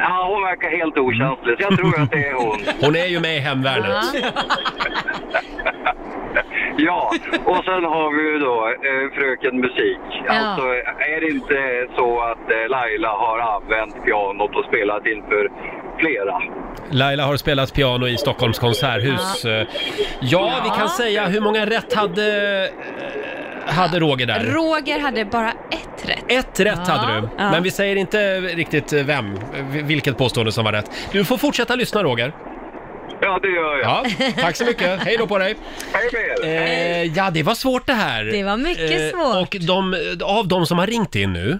J: Ja, hon verkar helt okänslig, så jag tror att det är hon.
A: <laughs> Hon är ju med i hemvärnet.
J: <laughs> Ja, och sen har vi ju då eh, Fröken Musik.
E: Ja.
J: Alltså, är det inte så att eh, Laila har använt pianot och spelat inför flera?
A: Laila har spelat piano i Stockholms konserthus. Ja, vi kan säga hur många rätt hade, eh, hade Roger där?
I: Roger hade bara ett rätt.
A: Ett rätt hade du,
I: Ja.
A: men vi säger inte riktigt eh, vem, vilket påstående som var rätt. Du får fortsätta lyssna Roger.
J: Ja, det gör jag.
A: Ja, tack så mycket, hej då på dig.
J: Hej med er.
A: Eh, ja, det var svårt det här.
B: Det var mycket
A: svårt. Och de, av de som har ringt in nu,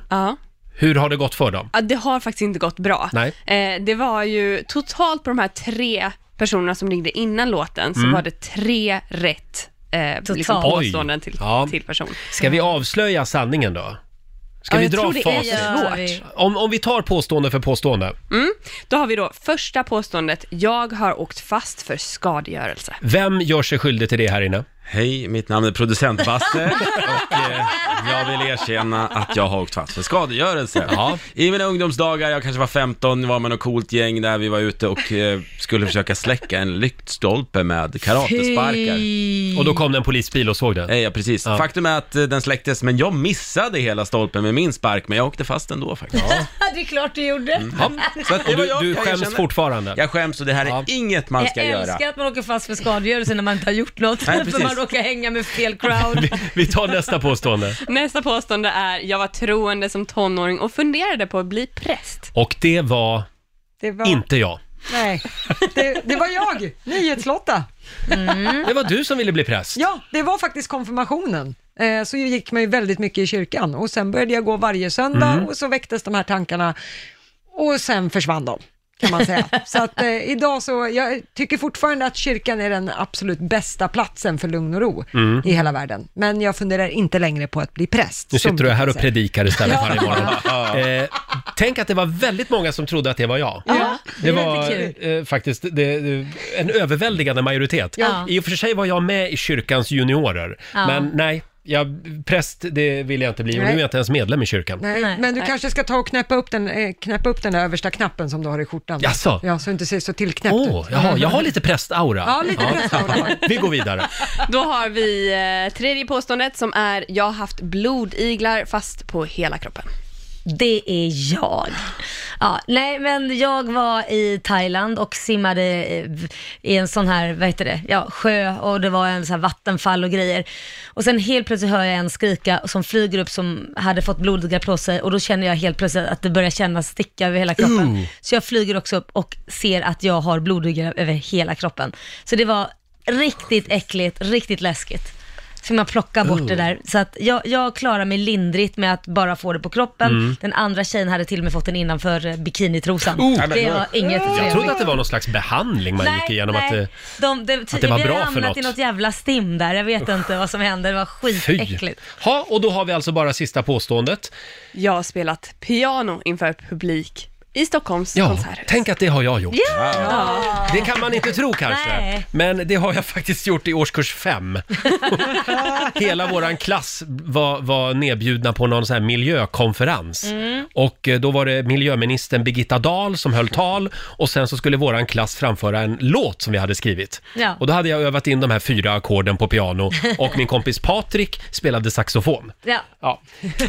A: hur har det gått för dem?
I: Ja, det har faktiskt inte gått bra.
A: Nej.
I: Eh, det var ju totalt på de här tre personerna som ringde innan låten så
A: Mm.
I: var det tre rätt eh, liksom
A: Oj.
I: påståenden till, till person.
A: Ska vi avslöja sanningen då? Ska
I: Ja,
A: vi
I: jag
A: dra
I: tror det är
A: facit?
I: svårt.
A: Om, om vi tar påstående för påstående.
I: Mm. Då har vi då första påståendet, jag har åkt fast för skadegörelse.
A: Vem gör sig skyldig till det här inne?
F: Hej, mitt namn är producent
I: <laughs>
F: Basse och eh, jag vill erkänna att jag har åkt fast för skadegörelse. I mina ungdomsdagar, jag kanske var 15, var med något coolt gäng där vi var ute och eh, skulle försöka släcka en lyktstolpe med karatesparkar. Eh,
A: Och då kom det en polisbil och såg det?
F: Ja, precis. Faktum är att eh, den släcktes, men jag missade hela stolpen med min spark, men jag åkte fast ändå faktiskt.
B: <laughs> det är klart du gjorde.
F: Så att det
A: Och
F: var
A: Mm. du- du
F: jag
A: skäms
F: erkänner.
A: fortfarande?
F: Jag skäms och det här är inget man ska
B: jag
F: göra.
B: älskar att man åker fast för skadegörelse när man inte har gjort något.
F: Nej,
B: för
F: precis.
B: man råkar hänga med fel
A: <laughs>
B: crowd.
A: Vi tar nästa <laughs> påstående.
I: Nästa påstående är, jag var troende som tonåring och funderade på att bli präst.
A: Och det var
C: Det var,
A: inte jag.
C: Nej, det, det var jag, Nyhetslotta.
B: Mm.
I: Mm.
A: Det var du som ville bli präst.
C: Ja, det var faktiskt konfirmationen. Eh, Så gick man ju väldigt mycket i kyrkan och sen började jag gå varje söndag
A: Mm.
C: och så väcktes de här tankarna och sen försvann de kan
A: <laughs>
C: man säga. Så att eh, idag så, jag tycker fortfarande att kyrkan är den absolut bästa platsen för lugn och ro
A: Mm.
C: i hela världen. Men jag funderar inte längre på att bli präst.
A: Nu
C: som
A: sitter du här och
C: brukar säga.
A: predikar istället
C: <laughs> Ja.
A: varje morgon. Eh, tänk att det var väldigt många som trodde att det var jag.
C: Ja,
A: Det
C: det är
A: var
C: lite
A: eh, faktiskt det, eh, en överväldigande majoritet.
C: Ja.
A: I och för sig var jag med i kyrkans juniorer,
C: Ja.
A: men nej, jag, präst det vill jag inte bli och nu är
C: Nej.
A: jag inte ens medlem i kyrkan.
C: Nej, men du
B: Nej.
C: kanske ska ta och knäppa upp, den, eh, knäppa upp den där översta knappen som du har i skjortan.
A: Jaså?
C: Ja, så du inte ser så tillknäppt
A: Åh,
C: ut.
A: jaha, jag har lite prästaura.
I: Ja, lite prästaura.
A: <laughs> Vi går vidare.
I: <laughs> Då har vi eh, tredje påståendet som är jag har haft blodiglar fast på hela kroppen.
B: Det är jag. Ja, nej, men jag var i Thailand och simmade eh, i en sån här, vad heter det, ja, sjö och det var en sån här vattenfall och grejer. Och sen helt plötsligt hör jag en skrika som flyger upp som hade fått blodiga på sig och då känner jag helt plötsligt att det börjar kännas sticka över hela
A: Mm.
B: kroppen.
E: Ooh.
B: Så jag flyger också upp och ser att jag har blodiga över hela kroppen. Så det var riktigt äckligt, riktigt läskigt. Så man plocka bort
A: Oh.
E: Ooh.
B: det där. Så att jag, jag klarar mig lindrigt med att bara få det på kroppen.
A: Mm.
B: Den andra tjejen hade till och med fått den innanför eh, bikinitrosan.
A: Nej, men-
B: det var inget
A: Oh. Jag trodde
B: trevligt.
A: att det var någon slags behandling man gick igenom. Att, eh,
B: De, de,
A: att det var
B: vi
A: bra
B: har
A: för
B: hamnat
A: något.
B: i något jävla stim där. Jag vet inte vad som hände. Det var
A: Fy!
B: skitäckligt.
A: Ha, och då har vi alltså bara sista påståendet.
I: Jag har spelat piano inför publik i Stockholms
A: Ja,
I: konserthus.
A: tänk att det har jag gjort.
I: Ja! Ja.
A: Det kan man inte tro kanske,
I: Nej.
A: men det har jag faktiskt gjort i årskurs
I: <laughs>
A: fem. Hela våran klass var, var nedbjudna på någon sån här miljökonferens.
E: Mm.
A: Och eh, då var det miljöministern Birgitta Dahl som höll tal och sen så skulle våran klass framföra en låt som vi hade skrivit.
E: Ja.
A: Och då hade jag övat in de här fyra ackorden på piano och min kompis Patrik spelade saxofon.
B: Ja.
A: Ja.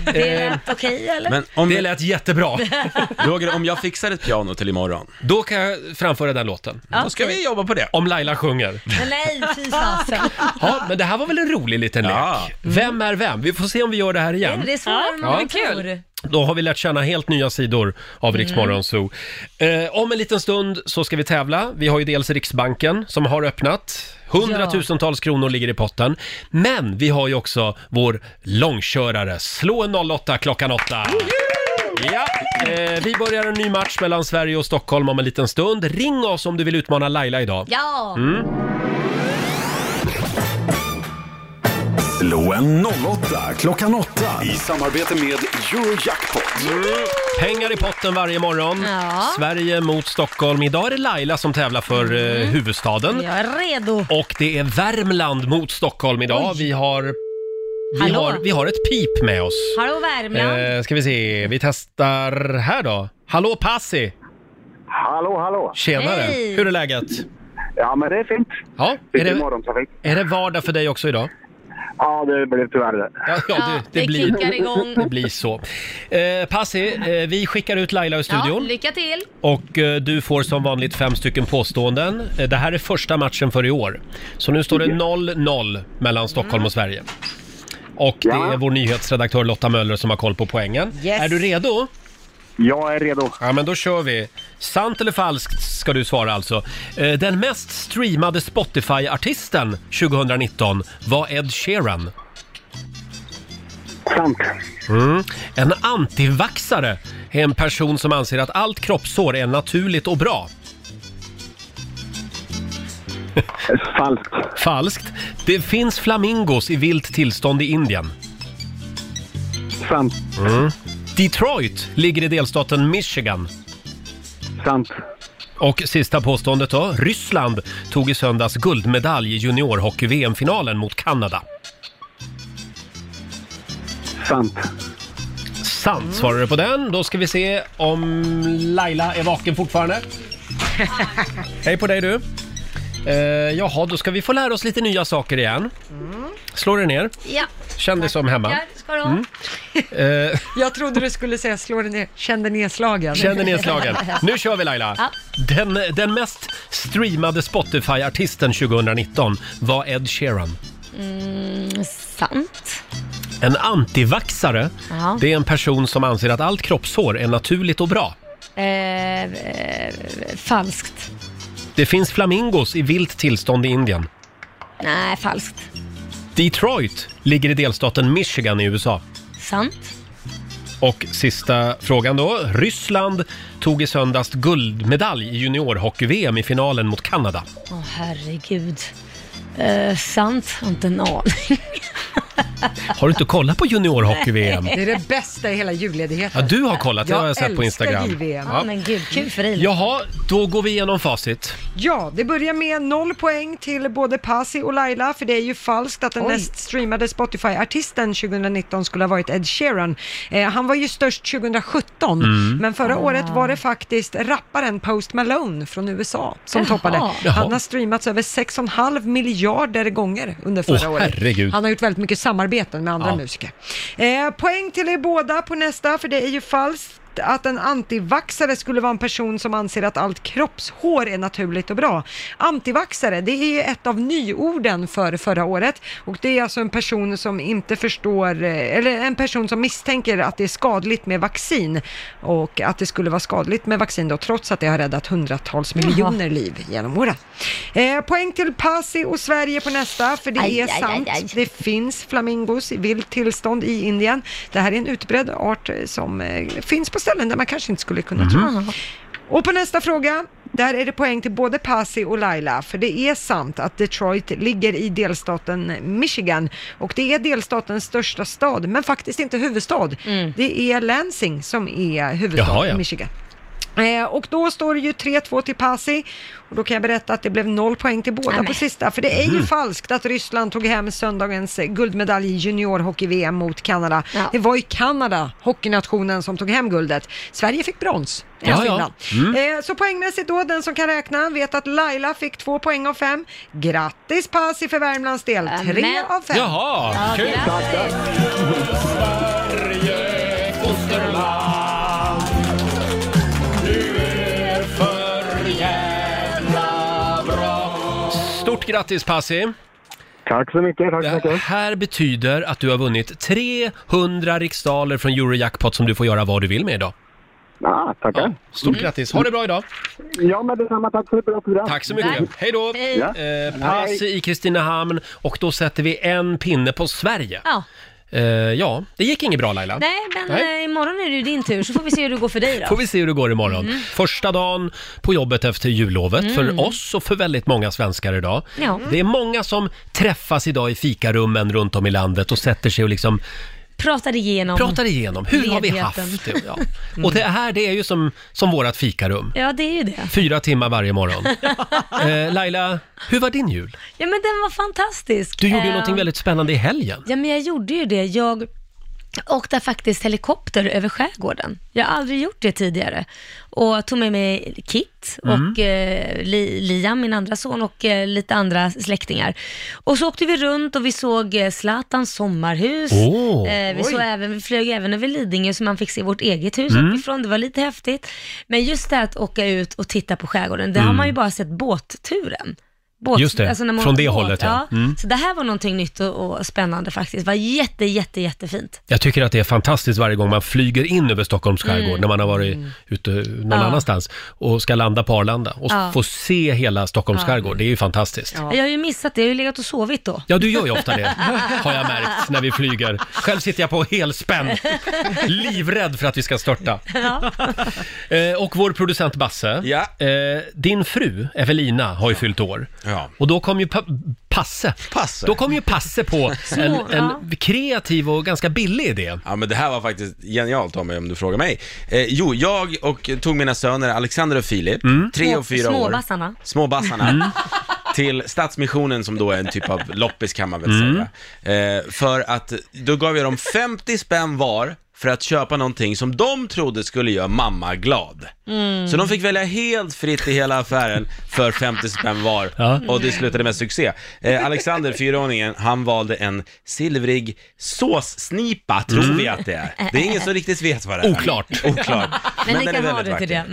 A: Eh,
B: Det lät okej eller?
A: det lät jättebra.
F: Roger, om jag fixar ett piano till imorgon.
A: Då kan jag framföra den låten.
F: Då ska vi jobba på det.
A: Om Laila sjunger.
B: <laughs> Men nej, fy fasen.
A: Ja, men det här var väl en rolig liten lek? Vem är vem? Vi får se om vi gör det här igen.
B: Det är svårare än
A: Ja.
B: vad man
A: Ja.
B: tror.
A: Då har vi lärt känna helt nya sidor av Rix
B: Mm.
A: Morgon Zoo. Eh, om en liten stund så ska vi tävla. Vi har ju dels Riksbanken som har öppnat. Hundratusentals kronor ligger i potten. Men vi har ju också vår långkörare. Slå en 08 klockan 8. Ja, eh, vi börjar en ny match mellan Sverige och Stockholm om en liten stund. Ring oss om du vill utmana Laila idag.
B: Ja!
A: Mm.
D: Slå en 08 klockan 8.
M: I samarbete med Eurojackpot.
A: Mm. Pengar i potten varje morgon.
B: Ja.
A: Sverige mot Stockholm. Idag är det Laila som tävlar för eh, huvudstaden.
B: Mm. Jag är redo.
A: Och det är Värmland mot Stockholm idag.
B: Oj.
A: Vi har, vi,
B: Hallå.
A: har, vi har ett pip med oss.
B: Hallå Värmland.
A: Eh, ska vi se, vi testar här då. Hallå Passi!
M: Hallå, hallå!
A: Tjenare!
M: Hej.
A: Hur är läget?
M: Ja, men det är fint.
A: Ja, är
M: Lite
A: det,
M: morgontrafik.
A: är det vardag för dig också idag?
M: Ja, det blev tyvärr det.
A: Ja, ja,
M: Ja,
A: det, det,
M: det kickar igång.
A: blir, <laughs> det blir så. Eh, Passi, eh, vi skickar ut Laila ur
B: Ja,
A: studion.
B: lycka till.
A: Och eh, du får som vanligt fem stycken påståenden. Eh, Det här är första matchen för i år. Så nu står det 0-0 mellan Stockholm
M: Mm.
A: och Sverige. Och det är vår nyhetsredaktör Lotta Möller som har koll på poängen.
E: Yes.
A: Är du redo?
M: Jag är redo.
A: Ja, men då kör vi. Sant eller falskt ska du svara alltså. Eh, Den mest streamade Spotify-artisten 2019 var Ed Sheeran.
M: Sant.
A: Mm. En antivaxare är en person som anser att allt kroppshår är naturligt och bra.
M: Falskt.
A: Falskt. Det finns flamingos i vilt tillstånd i Indien.
M: Sant.
A: Mm. Detroit ligger i delstaten Michigan.
M: Sant.
A: Och sista påståendet då. Ryssland tog i söndags guldmedalj i juniorhockey-VM-finalen mot Kanada.
M: Sant.
A: Sant svarar du på den. Då ska vi se om Laila är vaken fortfarande. Hej på dig du. Eh, jaha, då ska vi få lära oss lite nya saker igen. Slå dig ner.
B: Ja.
A: Känn dig som hemma.
C: Ja, ska du ha.
A: Mm. Eh,
C: Jag trodde du skulle säga slå dig ner, känn dig nedslagen.
A: Känner ni
C: <laughs>
A: slagen? Nu kör vi Laila!
C: Ja.
A: Den, den mest streamade Spotify-artisten 2019 var Ed Sheeran.
B: Mm, sant.
A: En antivaxare,
B: Ja.
A: det är en person som anser att allt kroppshår är naturligt och bra.
B: Eh, eh, falskt.
A: Det finns flamingos i vilt tillstånd i Indien.
B: Nej, falskt.
A: Detroit ligger i delstaten Michigan i USA.
B: Sant.
A: Och sista frågan då. Ryssland tog i söndags guldmedalj i juniorhockey-VM i finalen mot Kanada.
B: Åh herregud. Eh, sant? Jag har inte en aning.
A: Har du inte kollat på
B: <laughs>
A: juniorhockey-VM?
C: Det är det bästa i hela julledigheten.
A: Ja, du har kollat. Det har jag sett på Instagram.
C: Jag älskar
A: Ja,
B: men gud, kul för dig.
A: Jaha, då går vi igenom facit.
C: Ja, det börjar med noll poäng till både Pasi och Laila, för det är ju falskt att den
A: Oj.
C: mest streamade Spotify-artisten 2019 skulle ha varit Ed Sheeran. Eh, han var ju störst 2017,
N: Mm.
C: men förra
N: Ah.
C: året var det faktiskt rapparen Post Malone från USA som
N: Jaha.
C: toppade.
N: Jaha.
C: Han har streamats över 6,5 miljarder gånger under förra
N: Åh,
C: året.
N: herregud.
C: Han har gjort väldigt mycket samarbeten med andra
N: Ja.
C: musiker. Eh, poäng till er båda på nästa, för det är ju falskt att en antivaxare skulle vara en person som anser att allt kroppshår är naturligt och bra. Antivaxare, det är ju ett av nyorden för förra året och det är alltså en person som inte förstår, eh, eller en person som misstänker att det är skadligt med vaccin och att det skulle vara skadligt med vaccin då trots att det har räddat hundratals miljoner liv genom åren. Eh, poäng till Pasi och Sverige på nästa, för det
N: Aj,
C: är
N: aj, aj,
C: sant.
N: aj.
C: Alltså, Det finns flamingos i vilt tillstånd i Indien. Det här är en utbredd art eh, som eh, finns på ställen där man kanske inte skulle kunna tro. Och på nästa fråga, där är det poäng till både Pasi och Laila, för det är sant att Detroit ligger i delstaten Michigan och det är delstatens största stad, men faktiskt inte huvudstad. Det är Lansing som är huvudstad
N: Jaha, ja.
C: i Michigan. Eh, och då står det ju 3-2 till Pasi. Och då kan jag berätta att det blev noll poäng till båda på sista. För det är ju
N: Mhm.
C: falskt att Ryssland tog hem söndagens guldmedalj i juniorhockey-VM mot Kanada.
N: Ja.
C: Det var ju Kanada, hockeynationen, som tog hem guldet. Sverige fick brons. mot
N: Ja, ja.
C: Finland.
N: Mm.
C: Eh, så poängmässigt då, den som kan räkna vet att Laila fick två poäng av fem. Grattis Pasi för Värmlands del, tre
N: men-
C: av fem.
A: Jaha, Ja, kul. <laughs>
N: grattis. Sverige, fosterland Du är för jävla bra
A: Stort grattis Pasi!
M: Tack så mycket, tack så mycket.
A: Det här betyder att du har vunnit 300 riksdaler från Eurojackpot som du får göra vad du vill med idag.
M: Ja, Ah, tackar.
A: Stort grattis, ha det bra idag!
M: Mm. Ja, men detsamma. Tack för ett bra program.
A: Tack så mycket. Hej då!
M: Ja.
A: Eh, pass i Kristinehamn och då sätter vi en pinne på Sverige.
B: Ja.
A: Eh, ja, det gick inget bra Laila.
B: Nej, men
A: Nej.
B: eh, imorgon är det ju din tur så får vi se hur det går för dig då.
A: Får vi se hur det går imorgon.
B: Mm.
A: Första dagen på jobbet efter jullovet
B: Mm.
A: för oss och för väldigt många svenskar idag.
B: Ja.
A: Det är många som träffas idag i fikarummen runt om i landet och sätter sig och liksom
B: Pratar igenom.
A: pratar igenom. Hur har vi
B: ledigheten.
A: haft
B: <laughs>
A: det? Ja. Och det här det är ju som, som vårat fikarum.
B: Ja, det är ju det.
A: Fyra timmar varje morgon.
B: <laughs>
A: Eh, Laila, hur var din jul?
B: Ja, men den var fantastisk.
A: Du gjorde ju
B: Eh,
A: någonting väldigt spännande i helgen.
B: Ja, men jag gjorde ju det. Jag åkte faktiskt helikopter över skärgården. Jag har aldrig gjort det tidigare. Och tog med mig Kit och
N: Mm.
B: eh, Li- Liam, min andra son, och eh, lite andra släktingar. Och så åkte vi runt och vi såg eh, Zlatans sommarhus.
N: Åh.
B: eh, vi,
N: Oj.
B: såg även, vi flög även över Lidingö så man fick se vårt eget hus
N: Mm.
B: uppifrån. Det var lite häftigt. Men just det här att åka ut och titta på skärgården, det har
A: Mm.
B: man ju bara sett båtturen. Båt, alltså
A: Just det,
B: när man
A: från
B: åker
A: det
B: båt,
A: hållet, ja. Mm.
B: Så det här var någonting nytt och, och spännande faktiskt. Det var jätte, jätte, jättefint.
A: Jag tycker att det är fantastiskt varje gång man flyger in över Stockholms skärgård
B: Mm.
A: när man har varit ute någon
B: Ja.
A: annanstans och ska landa på Arlanda och
B: Ja.
A: få se hela Stockholms
B: Ja.
A: skärgård. Det är ju fantastiskt. Ja.
B: Jag har ju missat det, jag har ju legat och sovit då.
A: du gör ju ofta det, har jag märkt, när vi flyger. Själv sitter jag på helspänn, livrädd för att vi ska störta.
B: Ja.
A: Eh, och vår producent Basse, eh, din fru Evelina har ju fyllt år. Och då kom ju pa- Passe. Då kom ju Passe
B: <laughs>
A: på
F: Små,
A: en,
F: ja.
A: en kreativ och ganska billig idé.
F: Ja, men det här var faktiskt genialt av mig om du frågar mig. Eh, jo, jag och eh, tog mina söner Alexander och Filip,
A: Mm.
F: tre och fyra år.
B: Småbassarna.
F: Småbassarna. Till Stadsmissionen som då är en typ av loppis kan man väl
A: Mm.
F: säga. Eh, för att då gav jag dem 50 spänn var för att köpa någonting som de trodde skulle göra mamma glad.
N: Mm.
F: Så de fick välja helt fritt i hela affären för 50 spänn var och det slutade med succé. Eh, Alexander, fyraåringen, han valde en silvrig såssnipa, tror
A: Mm.
F: vi att det är. Det är ingen som riktigt vet vad det är.
A: Oklart.
F: <laughs> Oklart.
B: Men ni
F: den
B: kan
F: är
B: ha
F: väldigt
B: det till
F: vacker.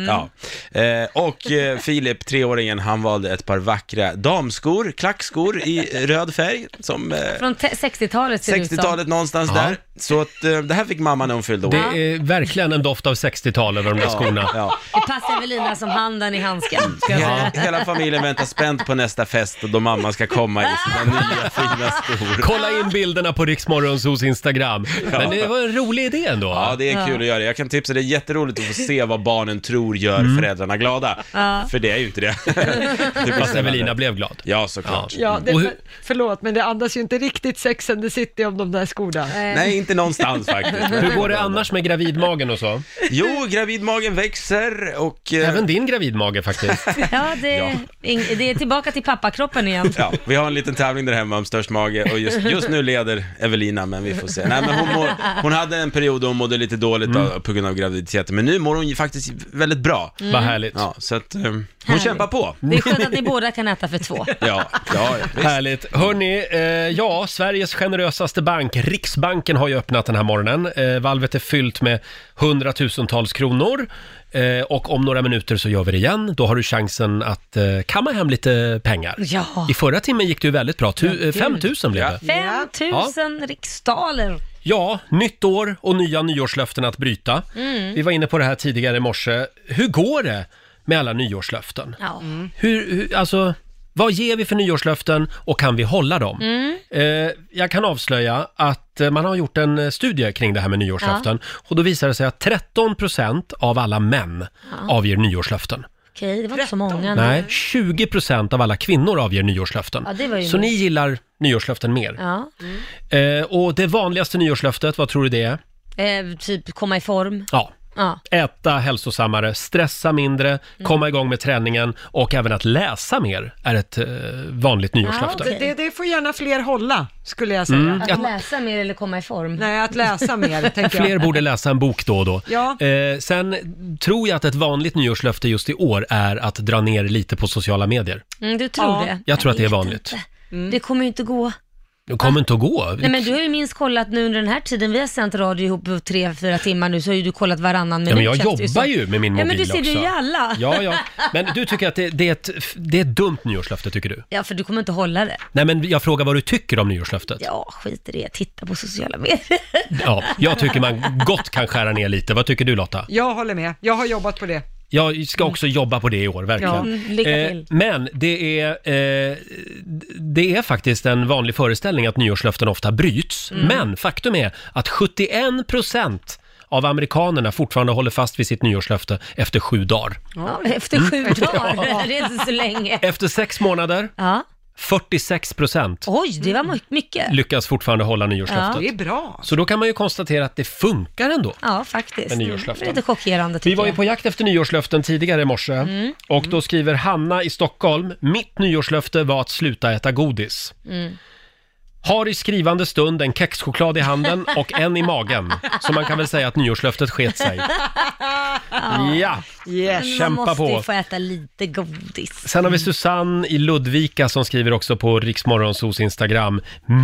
B: det. Mm.
F: Ja. Eh, och eh, Filip, treåringen, han valde ett par vackra damskor, klackskor i röd färg, som eh,
B: Från te- 60-talet ser det ut som.
F: 60-talet någonstans
A: Ja.
F: där. Så att, eh, det här fick mamma när hon fyllde år.
B: Det Ja.
A: är verkligen en doft av 60-tal över de där
B: skorna.
F: Ja.
B: Det passar Evelina som handen i handsken. Ska jag
F: Hela,
B: säga.
F: hela familjen väntar spänt på nästa fest och då mamma ska komma i sina nya fina skor.
A: Kolla in bilderna på Riksmorgonsos Instagram. Men det var en rolig idé ändå.
F: Ja, det är kul att göra det. Jag kan tipsa, det är jätteroligt att få se vad barnen tror gör
A: Mm.
F: föräldrarna glada.
C: Ja.
F: För det är ju inte
A: <laughs>
F: det.
A: Fast Evelina blev glad.
F: Ja, såklart.
C: Ja, det,
F: Och hur-
C: förlåt, men det andas ju inte riktigt Sex and the City om de där skorna.
B: Eh.
F: Nej, inte någonstans faktiskt.
A: Hur går det annars med gravidmagen och så?
F: Jo, gravidmagen växer och... eh,
A: Även din gravidmage faktiskt.
B: Ja, det,
F: Ja.
B: ing- det är tillbaka till pappakroppen igen.
F: Ja, vi har en liten tävling där hemma om störst mage och just, just nu leder Evelina, men vi får se. Nej, men hon, mår, hon hade en period då hon mådde lite dåligt
A: Mm.
F: av, på grund av graviditeten, men nu mår hon ju faktiskt väldigt bra.
B: Mm. Vad härligt.
F: Ja, så att eh, hon kämpar på.
B: Det är skönt att ni båda kan äta för två.
F: <laughs> Ja, ja, visst.
A: Härligt. Hörni, eh, ja, Sveriges generösaste bank, Riksbanken, har ju öppnat den här morgonen. Eh, valvet är fyllt med hundratusentals kronor. Eh, och om några minuter så gör vi det igen. Då har du chansen att eh, kamma hem lite pengar.
B: Ja.
A: I förra timmen gick det ju väldigt bra. Tu- eh,
B: gud.
A: 5 000 blev det.
B: 5000 riksdaler.
A: Ja, nytt år och nya nyårslöften att bryta.
B: Mm.
A: Vi var inne på det här tidigare i morse. Hur går det med alla nyårslöften?
B: Ja.
F: Mm.
A: Hur, hur, alltså, vad ger vi för nyårslöften och kan vi hålla dem?
B: Mm.
A: Eh, jag kan avslöja att eh, man har gjort en eh, studie kring det här med nyårslöften och då visar det sig att 13 procent av alla män
B: Ja.
A: avger nyårslöften.
B: Okej, det var inte så många. ändå.
A: Nej, 20 procent av alla kvinnor avger nyårslöften.
B: Ja, det var ju
A: Så
B: mer.
A: ni gillar nyårslöften mer.
B: Ja.
A: Eh, och det vanligaste nyårslöftet, vad tror du det är?
B: Eh, typ komma i form.
A: Ja.
B: Ja. Mm.
A: Äta hälsosammare, stressa mindre, komma igång med träningen och även att läsa mer är ett eh, vanligt nyårslöfte.
C: det, det, det får gärna fler hålla, skulle jag säga.
A: Mm. Att Ja.
B: läsa mer eller komma i form?
C: Nej, att läsa mer, tänker jag.
A: Fler borde läsa en bok då och då.
C: Ja.
A: Eh, sen tror jag att ett vanligt nyårslöfte just i år är att dra ner lite på sociala medier.
B: Mm, du tror
A: Ja.
B: det?
A: Jag tror att det är
B: vet
A: vanligt.
B: inte.
C: Mm.
B: Det kommer ju inte gå.
A: Det kommer inte att gå.
B: Nej men du har ju minst kollat nu under den här tiden vi har sänt radio ihop på tre, fyra timmar nu så har ju du kollat varannan minut.
A: Ja, men jag
B: känns det
A: jobbar
B: som.
A: ju med min mobil
B: Ja men du ser
A: också.
B: du ju alla.
A: Ja, ja. Men du tycker att det, det, är ett, det är ett dumt nyårslöfte, tycker du?
B: Ja för du kommer inte hålla det.
A: Nej, men jag frågar vad du tycker om nyårslöftet.
B: Ja skit i det, titta på sociala medier.
A: Ja, jag tycker man gott kan skära ner lite. Vad tycker du Lotta?
C: Jag håller med, jag har jobbat på det.
A: Jag ska också jobba på det i år, verkligen.
C: Ja, mm, lycka till.
A: Eh, men det är, eh, det är faktiskt en vanlig föreställning att nyårslöften ofta bryts.
B: Mm.
A: Men faktum är att 71 procent av amerikanerna fortfarande håller fast vid sitt nyårslöfte efter sju dagar.
B: Ja, efter sju
A: Mm.
B: dagar, <laughs> det är inte så länge.
A: Efter sex månader,
B: Ja.
A: 46 procent
B: Oj, det var my- mycket.
A: lyckas fortfarande hålla nyårslöftet.
B: Ja. Det är
C: bra.
A: Så då kan man ju konstatera att det funkar ändå.
B: Ja faktiskt.
A: Med nyårslöften.
B: Det är lite chockerande tycker
A: Vi var ju
B: jag.
A: på jakt efter nyårslöften tidigare i morse
B: Mm.
A: och då skriver Hanna i Stockholm, mitt nyårslöfte var att sluta äta godis.
B: Mm.
A: Har i skrivande stund en kexchoklad i handen och en i magen. Så man kan väl säga att nyårslöftet sket
B: <laughs>
A: sig. Ja,
B: Men Man
A: kämpa
B: måste ju
A: på.
B: få äta lite godis.
A: Sen har vi Susanne i Ludvika som skriver också på Riksmorgonsos Instagram.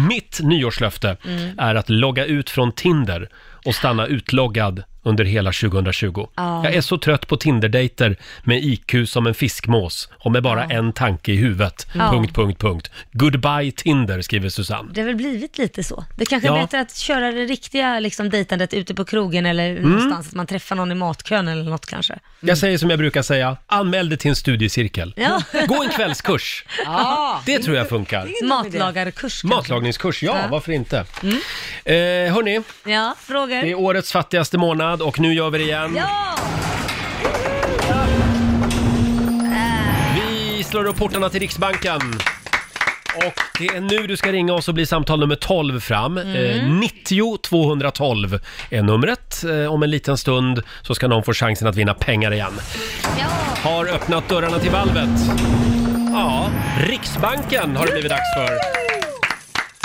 A: Mitt nyårslöfte
B: Mm.
A: är att logga ut från Tinder och stanna utloggad under hela 2020.
B: Ja.
A: Jag är så trött på Tinder-dejter med IQ som en fiskmås och med bara en tanke i huvudet.
B: Ja. Mm.
A: Punkt, punkt, punkt. Goodbye Tinder, skriver Susanne.
B: Det har väl blivit lite så. Det kanske
A: Ja.
B: är bättre att köra det riktiga liksom, dejtandet ute på krogen eller
A: Mm.
B: någonstans, att man träffar någon i matkön eller något kanske.
A: Jag säger som jag brukar säga, anmäl dig till en studiecirkel.
B: Ja.
A: Gå en kvällskurs.
B: <laughs> Ja.
A: Det tror jag funkar.
B: Matlagarkurs.
A: Matlagningskurs, ja,
B: Ja. Mm.
A: varför inte? Eh, hörni,
B: Ja, frågor?
A: Det är årets fattigaste månad och nu gör vi det igen.
B: Ja!
A: Vi slår upp portarna till Riksbanken. Och det är nu du ska ringa oss och bli samtal nummer 12 fram.
B: Mm.
A: Eh, 90 212 är numret. Eh, om en liten stund så ska någon få chansen att vinna pengar igen. Har öppnat dörrarna till valvet. Ja, Riksbanken har det blivit dags för.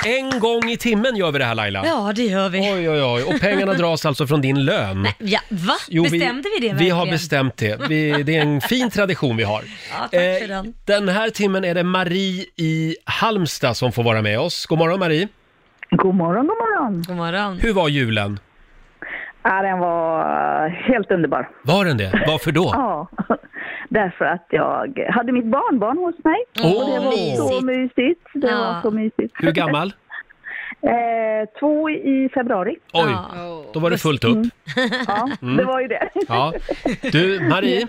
A: En gång i timmen gör vi det här Laila.
B: Ja, det gör vi.
A: Oj, oj, oj. Och pengarna dras alltså från din lön.
B: Ja, va?
A: Jo,
B: Bestämde vi, det verkligen?
A: Vi har bestämt det. Vi, det är en fin tradition vi har.
B: Ja, tack
A: Eh,
B: för den.
A: Den här timmen är det Marie i Halmstad som får vara med oss. God morgon Marie!
O: God morgon, god morgon!
B: God morgon!
A: Hur var julen?
O: Ja, den var helt underbar.
A: Var den det? Varför
L: <laughs>
A: då?
O: Ja, därför att jag hade mitt barnbarn hos mig.
A: Åh,
O: och det var så mysigt. Det
A: Ja.
O: var så mysigt.
A: Hur gammal?
O: Eh, Eh, två i
B: <laughs>
O: februari.
A: Oj, då var det fullt upp.
O: Mm. Ja,
A: Mm.
O: det var ju det.
A: Ja. Du,
K: <laughs>
A: Marie,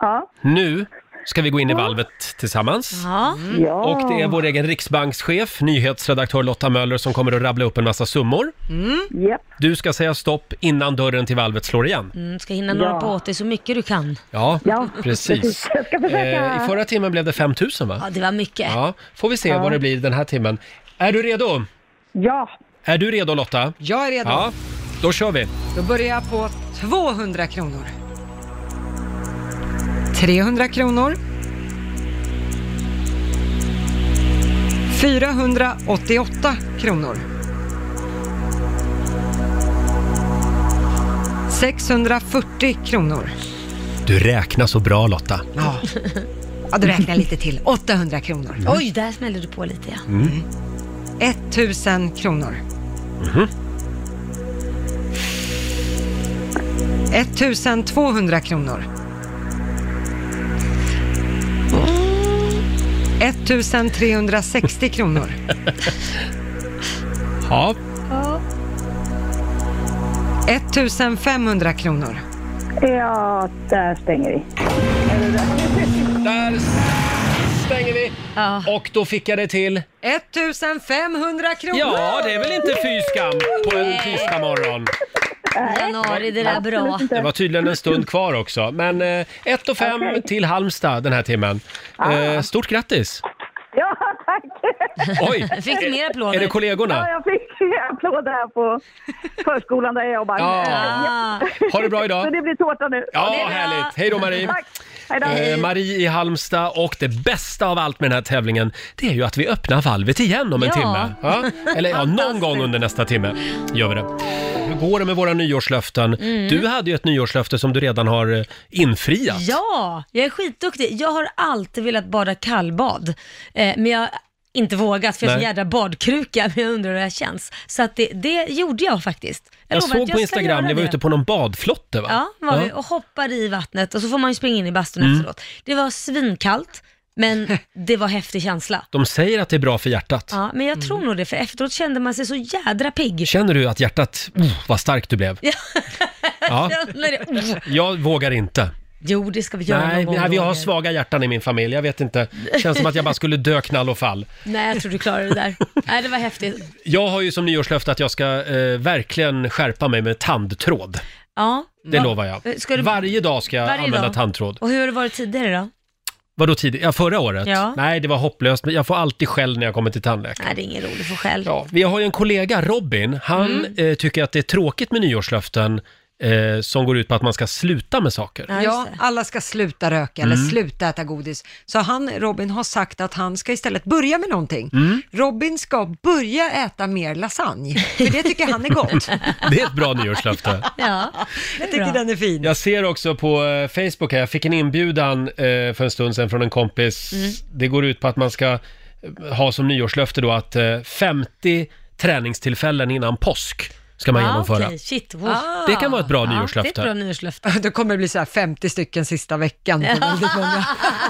O: Ja.
A: nu ska vi gå in i valvet tillsammans.
B: Ja.
O: Ja.
A: Och det är vår egen riksbankschef, nyhetsredaktör Lotta Möller, som kommer att rabbla upp en massa summor.
B: Mm.
A: Du ska säga stopp innan dörren till valvet slår igen.
B: Mm, ska hinna några
A: Ja.
B: på åt dig så mycket du kan.
A: Ja, precis. Eh,
B: Jag ska försöka.
A: I förra timmen blev det 5 000 va?
B: Ja, det var mycket.
A: Ja, får vi se
B: Ja.
A: vad det blir den här timmen. Är du redo?
O: Ja.
A: Är du redo Lotta?
C: Jag är redo.
A: Ja, då kör vi.
C: Då börjar jag på 200 kronor. 300 kronor. 488 kronor. 640 kronor.
A: Du räknar så bra Lotta.
C: Ja. Ja, då räknar jag lite till. 800 kronor.
A: Mm. Oj,
B: där smällde du på lite ja.
A: Mm.
C: 1000 kronor.
A: Mhm.
C: 1200 kronor. 1360 kronor.
A: <laughs> Ja.
C: 1500 kronor.
O: Ja, där stänger vi.
A: Där stänger vi. Och då fick jag det till...
C: 1500 kronor!
A: Ja, det är väl inte fy skam på en tisdag morgon.
B: Januari, det där är bra.
A: Det var tydligen en stund kvar också. Men 1 och 5
B: Okej.
A: till Halmstad den här timmen.
O: Ah.
A: Eh, stort grattis!
O: Ja, tack!
A: Oj. <laughs> Fick du mer applåder? Är det kollegorna?
O: Ja, jag fick applåder här på förskolan där jag jobbar.
A: Ja. Ha det bra idag.
O: Så det blir tårta nu.
A: Ja,
O: Det är bra.
A: härligt. Hej då, Marie.
O: Tack! Hej då.
A: Eh, Marie i Halmstad och det bästa av allt med den här tävlingen det är ju att vi öppnar valvet igen om en
O: Ja.
A: timme. Ja? Eller ja, någon gång under nästa timme gör vi det. Hur går det med våra nyårslöften?
B: Mm.
A: Du hade ju ett nyårslöfte som du redan har eh, infriat.
B: Ja, jag är skitduktig. Jag har alltid velat bada kallbad, eh, men jag har inte vågat för jag är så
A: Nej.
B: jädra badkruka, men jag undrar hur det här känns. Så att det, det gjorde jag faktiskt.
A: Jag,
B: lovar att
A: såg på
B: ska göra
A: Instagram, ni var
B: det.
A: ute på någon badflotte va?
B: Ja, var vi
A: Ja.
B: och hoppade i vattnet och så får man ju springa in i bastun
A: Mm.
B: efteråt. Det var svinkallt,
A: <laughs>
B: men det var häftig känsla.
A: De säger att det är bra för hjärtat.
B: Ja, men jag tror
A: Mm.
B: nog det, för efteråt kände man sig så jädra pigg.
A: Känner du att hjärtat, oh, vad starkt du blev?
B: Ja.
A: Ja.
B: <laughs> Jag känner det. Oh.
A: Jag vågar inte.
B: Jo, det ska vi göra
A: Nej,
B: någon gång.
A: nej, vi har
B: Roger.
A: svaga hjärtan i min familj. Jag vet inte. Känns som att jag bara skulle dö knall och fall.
B: Nej, jag tror du klarar det där. Nej, det var häftigt.
A: Jag har ju som nyårslöfte att jag ska eh, verkligen skärpa mig med tandtråd.
B: Ja.
A: Det
B: Va- Eh,
A: lovar jag.
B: Ska du...
A: Varje dag ska jag
B: Varje
A: använda
B: dag?
A: tandtråd.
B: Och hur har det varit tidigare då?
A: Vadå tidigt? Ja, förra året?
B: Ja.
A: Nej, det var hopplöst. Men jag får alltid skäll när jag kommer till
B: Nej,
A: tandläkaren.
B: det är ingen rolig för själv.
A: Ja, vi har ju en kollega, Robin. Han
B: Mm.
A: eh, tycker att det är tråkigt med nyårslöften eh, som går ut på att man ska sluta med saker.
C: Ja, alla ska sluta röka eller
A: Mm.
C: sluta äta godis. Så han, Robin, har sagt att han ska istället börja med någonting.
A: Mm. <laughs>
C: Robin ska börja äta mer lasagne, för det tycker han
A: <laughs>
C: är gott.
A: Det är ett bra nyårslöfte.
B: Ja,
C: jag tycker den är fin.
A: Jag ser också på eh, Facebook här, jag fick en inbjudan eh, för en stund sedan från en kompis.
C: Mm.
A: Det går ut på att man ska eh, ha som nyårslöfte då att eh, 50 träningstillfällen innan påsk ska man genomföra.
B: Ah, okej. Shit, wow.
A: Det kan vara ett bra
B: Ja,
A: nyårslöfte.
B: Det är ett bra nyårslöfte.
C: Då kommer Ah. <laughs> det bli så här 50 stycken sista veckan. på väldigt
B: <laughs>
C: många.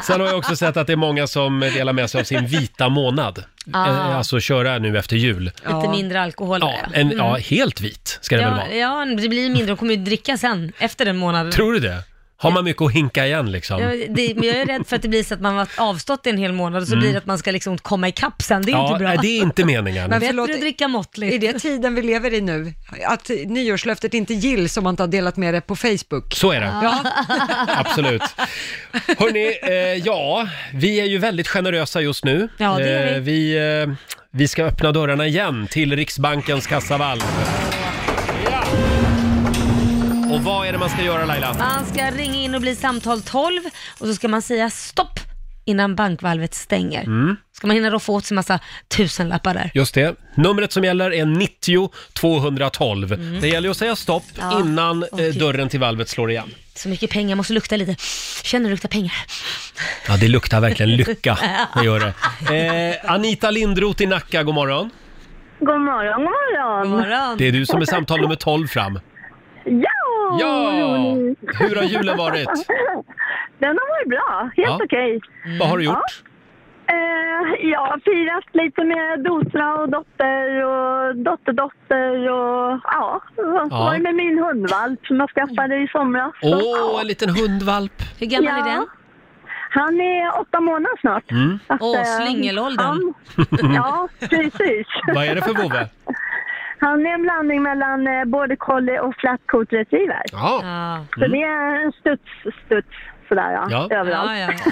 A: Sen har jag också sett att det är många som delar med sig av sin vita månad.
B: Ah.
A: Eh, Alltså köra nu efter jul.
B: Lite mindre alkohol
A: Ja,
B: där,
A: en,
B: Mm.
A: ja, helt vit ska det väl
B: ja,
A: vara.
B: ja, det blir mindre. De kommer ju dricka sen, efter den månaden.
A: Tror du det? Har man mycket att hinka igen liksom?
B: Ja, det, men jag är rädd för att det blir så att man har avstått en hel månad och så
A: Mm.
B: blir det att man ska liksom komma ikapp sen. Det är
A: ja,
B: inte bra.
A: nej, det är inte meningen.
C: Men
B: Bättre
C: förlåt,
B: att dricka måttligt.
C: Är det tiden vi lever i nu? Att nyårslöftet inte gills om man inte har delat med det på Facebook?
A: Så är det.
C: Ja.
A: <laughs> Absolut. Hörni, eh, ja, vi är ju väldigt generösa just nu.
B: Ja, det är vi.
A: Eh, vi, eh, vi ska öppna dörrarna igen till Riksbankens kassavalv. Ja. Och vad är det man ska göra Laila?
B: Man ska ringa in och bli samtal 12 och så ska man säga stopp innan bankvalvet stänger.
A: Mm.
B: Ska man hinna då få åt sig massa tusenlappar där.
A: Just det. Numret som gäller är 90 212. Det gäller ju att säga stopp
B: Mm. Ja.
A: innan eh,
B: Okej.
A: dörren till valvet slår igen.
B: Så mycket pengar, måste lukta lite. Känner du lukta pengar?
A: Ja, det luktar verkligen
B: <laughs>
A: lycka. Det gör det. Eh, Anita Lindroth i Nacka, god morgon.
P: God morgon, god morgon.
A: Det är du som är samtal nummer 12 fram.
P: Ja!
A: Ja!
P: Roligt.
A: Hur har julen varit?
P: <laughs> Den har varit bra, helt
A: Ja. Mm.
P: okej.
A: Vad har du gjort?
P: Ja. Eh, jag har firat lite med dosra och dotter och dotterdotter och ja, så
A: Ja.
P: var det med min hundvalp som jag skaffade i somras.
A: Åh,
P: Så, ja.
A: en liten hundvalp.
B: Hur gammal är den?
P: Han är åtta månader snart.
A: Mm.
P: Så att,
B: Åh,
P: eh,
B: slingelåldern.
P: han-
A: <laughs>
P: Ja, precis.
A: Vad är det för vovve?
P: Han är en blandning mellan eh, border collie och flat coat retriever.
A: Ja. Mm.
P: Så det är en studs, studs sådär ja,
A: Ja.
P: överallt.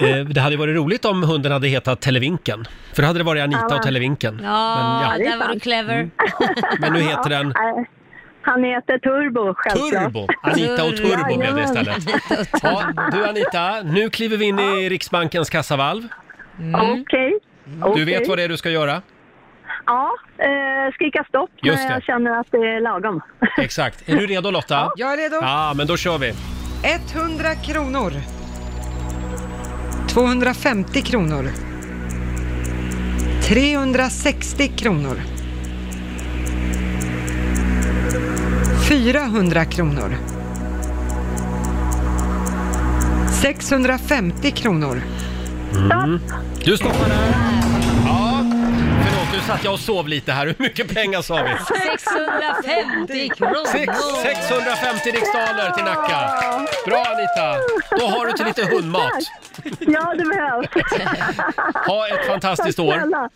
A: Eh, Det hade ju varit roligt om hunden hade hetat Televinken. För då hade det varit <laughs> Anita och Televinken.
B: Ja,
A: Men,
B: där var du clever.
A: <laughs> Men nu heter den
P: Mm. Han heter Turbo självklart.
A: Turbo. Anita och Turbo blev det istället. Ja, du Anita, nu kliver vi in i Riksbankens kassavalv.
P: Okej.
A: Du
P: Okej.
A: vet vad det är du ska göra?
P: Ja, eh, skrika stopp
A: Just
P: när
A: det.
P: jag känner att det är lagom.
A: Exakt. Är du redo Lotta?
C: Jag är redo.
A: Ja, men då kör vi.
C: 100 kronor. 250 kronor. 360 kronor. 400 kronor. 650 kronor.
A: Mm. Du stoppar där. Ja. Förlåt, nu satt jag och sov lite här. Hur mycket pengar sa vi?
B: 650 kronor!
A: Sex, 650 riksdaler till Nacka. Bra Anita! Då har du till lite hundmat.
P: Ja, det behövs.
A: <laughs> Ha ett fantastiskt
P: Tack
A: år.
P: snälla.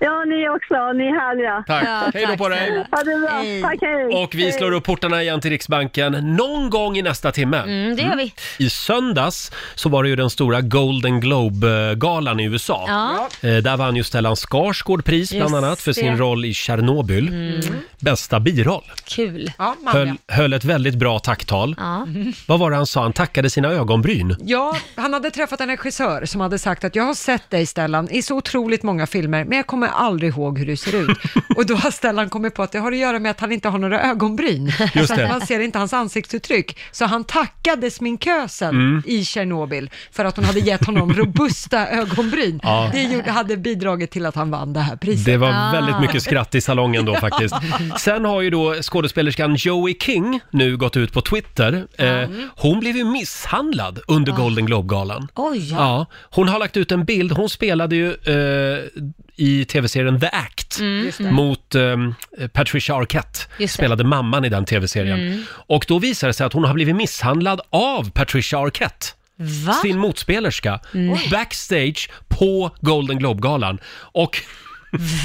P: Ja, ni också. Ni är härliga.
A: Tack. Ja, Hej då tack på dig. snälla. Mm.
P: Ha det bra. Tack, hej.
A: Och vi slår upp portarna igen till Riksbanken någon gång i nästa timme.
B: Mm, det gör vi.
A: I söndags så var det ju den stora Golden Globe-galan i USA.
B: Ja.
A: Eh, Där vann ju Stellan Skarsgård pris bland
B: Just
A: annat för sin
B: det. Mm.
A: roll i Tjernobyl. Bästa biroll.
B: Kul.
C: Ja,
A: Höll, höll ett väldigt bra tacktal. Vad var det han sa? Han tackade sina ögonbryn.
C: Ja, han hade träffat en regissör som hade sagt att jag har sett dig Stellan i så otroligt många filmer, men jag kommer aldrig ihåg hur du ser
A: <laughs>
C: ut. Och då har Stellan kommit på att det har att göra med att han inte har några ögonbryn.
N: Just
C: så
N: det.
C: att man ser inte hans ansiktsuttryck. Så han tackade sminkösen
N: Mm.
C: i Tjernobyl för att hon hade gett honom robusta
A: <laughs>
C: ögonbryn.
A: Ja.
C: Det gjorde, hade bidragit till att han vann det här priset.
A: Det var
B: Ah.
A: väldigt mycket <laughs> skratt i salongen
B: <laughs>
A: då faktiskt. Sen har ju då skådespelerskan Joey King nu gått ut på Twitter. Eh, hon blev ju misshandlad under Golden Globe-galan.
B: Ah. Oj.
A: Ja, hon har lagt ut en bild. Hon spelade ju eh, i tv-serien The Act
B: Mm. Just det.
A: mot ehm, Patricia Arquette.
B: Just det.
A: Spelade mamman i den tv-serien.
B: Mm.
A: Och då visar det sig att hon har blivit misshandlad av Patricia Arquette.
B: Va? Mm.
A: Sin motspelerska.
B: Nej.
A: Backstage på Golden Globe-galan. Och <laughs>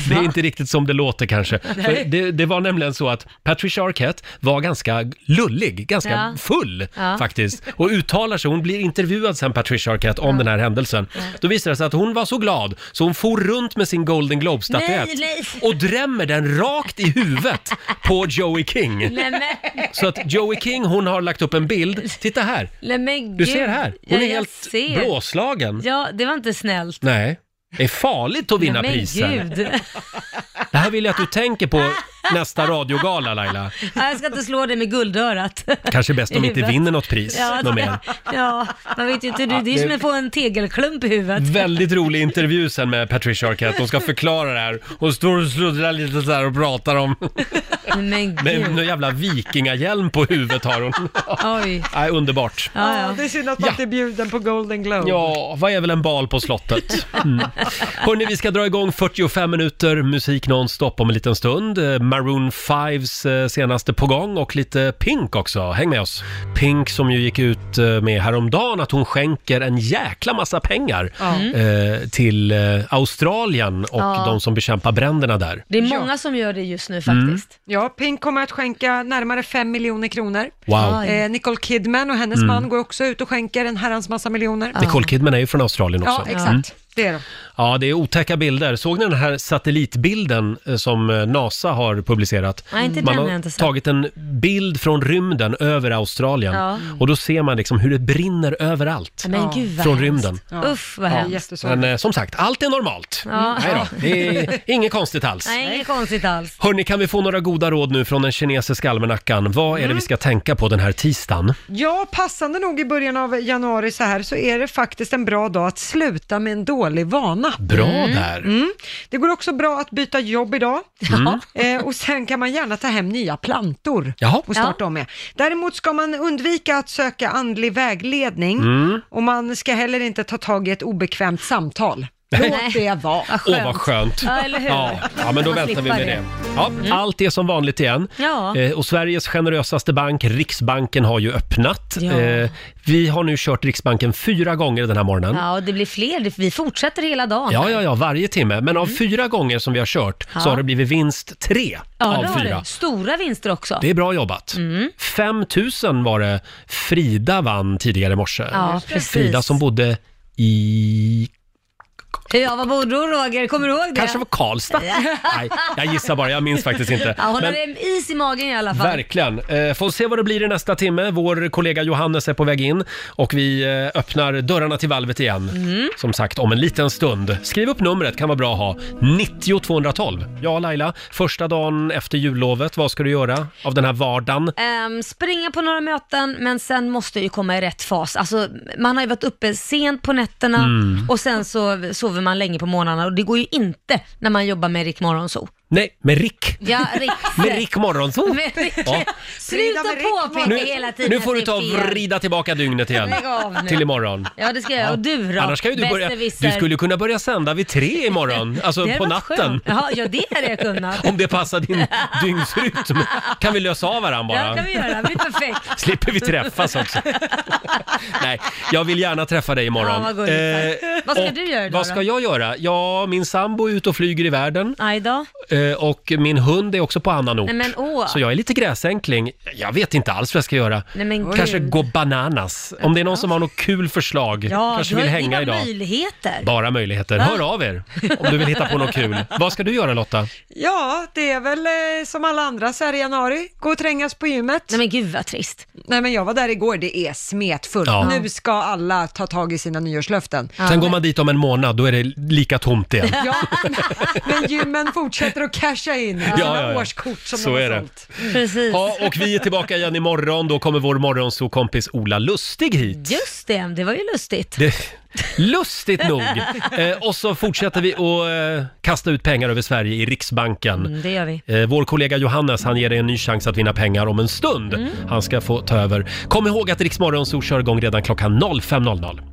A: det är inte riktigt som det låter kanske.
N: Nej.
A: För det, det var nämligen så att Patricia Arquette var ganska lullig, ganska
N: Ja.
A: full
N: Ja.
A: faktiskt. Och uttalar sig, hon blir intervjuad sen Patricia Arquette om den här händelsen. Då visar det sig att hon var så glad så hon for runt med sin Golden Globe-statyett
B: Nej, nej.
A: och drämmer den rakt i huvudet på Joey King.
B: Nej men,
A: <laughs> Så att Joey King, hon har lagt upp en bild. Titta här!
B: nej, men
A: Du
B: gud.
A: ser här, hon
B: Ja,
A: är
B: jag
A: helt
B: ser.
A: blåslagen.
B: Ja, det var inte snällt.
A: Nej, det är farligt att vinna
B: Nej, men
A: priser.
B: gud.
A: Det här vill jag att du tänker på nästa radiogala Laila.
B: Ja, jag ska inte slå dig med guldörat.
A: Kanske bäst om
B: I
A: inte
B: huvudet.
A: vinner något pris, någon mer.
B: ja, man vet ju inte. Det, det är
A: Ja,
B: som
A: det-
B: att få en tegelklump i huvudet.
A: Väldigt rolig intervju sen med Patricia Arquette. Hon ska förklara det här. Hon står och sluddrar lite så här och pratar om...
B: Men
A: Med
B: gud.
A: någon jävla vikingahjälm på huvudet har hon.
B: Oj.
A: Nej, underbart.
C: Ja, Det är synd att man inte är bjuden på Golden Globe.
A: Ja, vad är väl en bal på slottet? Mm. Hörni, vi ska dra igång 45 minuter musik nonstop om en liten stund. Eh, Maroon 5s eh, senaste på gång och lite Pink också. Häng med oss. Pink som ju gick ut eh, med häromdagen att hon skänker en jäkla massa pengar
B: Ja.
A: eh, till eh, Australien och
B: Mm. Ja.
A: de som bekämpar bränderna där.
B: Det är många som gör det just nu faktiskt.
A: Mm.
C: Ja, Pink kommer att skänka närmare 5 miljoner kronor.
A: Wow. Oj.
C: Eh, Nicole Kidman och hennes
A: Mm.
C: man går också ut och skänker en herrans massa miljoner.
A: Nicole Kidman är ju från Australien också.
C: Ja, exakt.
A: Mm.
C: Det är de.
A: Ja, det är otäcka bilder. Såg ni den här satellitbilden eh, som eh, NASA har publicerat?
B: Nej, inte
A: man
B: den
A: har
B: har jag inte sett.
A: tagit en bild från rymden över Australien
B: Ja.
A: och då ser man liksom hur det brinner överallt
B: Men gud vad
A: från
B: hemskt.
A: rymden.
B: Ja. Uff, vad hemskt.
A: Men eh, som sagt, allt är normalt.
B: Ja.
A: Nej då, det
B: <laughs>
A: är inget konstigt alls.
B: Nej, inget konstigt alls.
A: Hörni, kan vi få några goda råd nu från den kinesiska almanackan? Vad
B: Mm.
A: är det vi ska tänka på den här tisdagen?
C: Ja, passande nog i början av januari så här så är det faktiskt en bra dag att sluta med en dålig dålig vana.
A: Bra Mm. där.
C: Mm. Det går också bra att byta jobb idag.
A: Mm.
C: <laughs> Eh, och sen kan man gärna ta hem nya plantor och starta om med. Däremot ska man undvika att söka andlig vägledning
A: Mm.
C: och man ska heller inte ta tag i ett obekvämt samtal.
A: Nej.
C: Låt det vara.
A: Åh, vad skönt. Ja, ja men då
C: Man
A: väntar vi
C: slipper
A: med det. Ja, Allt är som vanligt igen.
B: Mm. Ja.
A: Eh, och Sveriges generösaste bank, Riksbanken, har ju öppnat.
B: Ja.
A: Eh, vi har nu kört Riksbanken fyra gånger den här morgonen.
B: Ja, och det blir fler. Det- Vi fortsätter hela dagen.
A: Ja, ja, ja, varje timme. Men av fyra gånger som vi har kört
B: Mm. Ja.
A: så har det blivit vinst tre
B: Ja, det Mm.
A: av
B: har
A: fyra.
B: du. Stora vinster också.
A: Det är bra jobbat. 5 000 var det Frida vann tidigare i morse.
B: Ja, precis.
A: Frida som bodde i...
B: Ja, vad borde du Roger? Kommer du ihåg det?
A: Kanske var Karlstad?
B: <laughs>
A: Nej, jag gissar bara. Jag minns faktiskt inte.
B: Ja, hon
A: Men-
B: hade is i magen i alla fall.
A: Verkligen. Eh, får se vad det blir i nästa timme. Vår kollega Johannes är på väg in och vi eh, öppnar dörrarna till valvet igen.
B: Mm.
A: Som sagt, om en liten stund. Skriv upp numret, kan vara bra att ha. 90 212. Ja, Laila, första dagen efter jullovet, vad ska du göra av den här vardagen?
B: Ehm, springa på några möten, men sen måste ju komma i rätt fas. Alltså, man har ju varit uppe sent på nätterna
A: Mm.
B: och sen så sover man länge på morgnarna och det går ju inte när man jobbar med Rick Morgonzoo.
A: Nej, med Rick.
B: Ja, Rick.
A: <laughs> Med Rick Morgonzoo.
B: Med Rick.
A: Ja.
B: Sluta påpeka
A: Nu,
B: hela tiden
A: nu får
B: att
A: du
B: det
A: ta
B: är
A: och
B: fel.
A: vrida tillbaka dygnet igen.
B: Lägg av nu.
A: Till imorgon.
B: Ja, det ska jag göra. Och du då?
A: Annars kan ju du börja,
B: Besserwisser.
A: du skulle kunna börja sända vid tre imorgon, alltså
B: Det hade
A: på
B: varit
A: natten.
B: skönt. Ja, ja, det hade jag kunnat.
A: Om det passar
B: <laughs>
A: din dygnsrytm. Kan vi lösa av varandra bara?
B: Ja, kan vi göra. Det blir
A: <laughs>
B: perfekt.
A: Slipper vi träffas
B: <laughs>
A: också. Nej, jag vill gärna träffa dig imorgon.
B: Ja, vad gulligt. Vad ska
A: Eh, och
B: du göra idag
A: Vad
B: då?
A: ska jag göra? Ja, min sambo är ute och flyger i världen.
B: Aj då.
A: Eh, Och min hund är också på annan ort.
B: Nej, men åh.
A: Så jag är lite gräsänkling. Jag vet inte alls vad jag ska göra.
B: Nej, men
A: Kanske
B: gud.
A: gå bananas. Om det är någon som har något kul förslag.
B: Ja,
A: Kanske
B: du
A: vill
B: har ju
A: hänga
B: dina
A: idag.
B: möjligheter.
A: Bara möjligheter.
C: Va?
A: Hör av er om du vill hitta på något
B: <laughs>
A: kul. Vad ska du göra Lotta?
C: Ja, det är väl eh, som alla andra så här i januari, gå och trängas på gymmet. Nej
B: men gud vad trist.
C: Nej men jag var där igår, det är smetfullt.
A: Ja.
C: Nu ska alla ta tag i sina nyårslöften.
A: Sen går man dit om en månad, då är det lika tomt igen.
C: <laughs> Ja, men gymmen fortsätter att casha in sina
A: ja, ja.
C: årskort som
A: Så
C: de
A: är
C: har
A: det.
C: sålt.
B: Precis.
A: Ja, och vi är tillbaka igen imorgon. Då kommer vår morgonsokompis Ola Lustig hit.
B: Just det, det var ju lustigt.
A: Det, lustigt
C: <laughs>
A: nog. Eh, och så fortsätter vi att eh, kasta ut pengar över Sverige i Riksbanken.
B: Mm, det gör vi.
A: Eh, vår kollega Johannes, han ger dig en ny chans att vinna pengar om en
C: Mm.
A: stund. Han ska få ta över. Kom ihåg att Riksmorgon så kör igång redan klockan 05.00.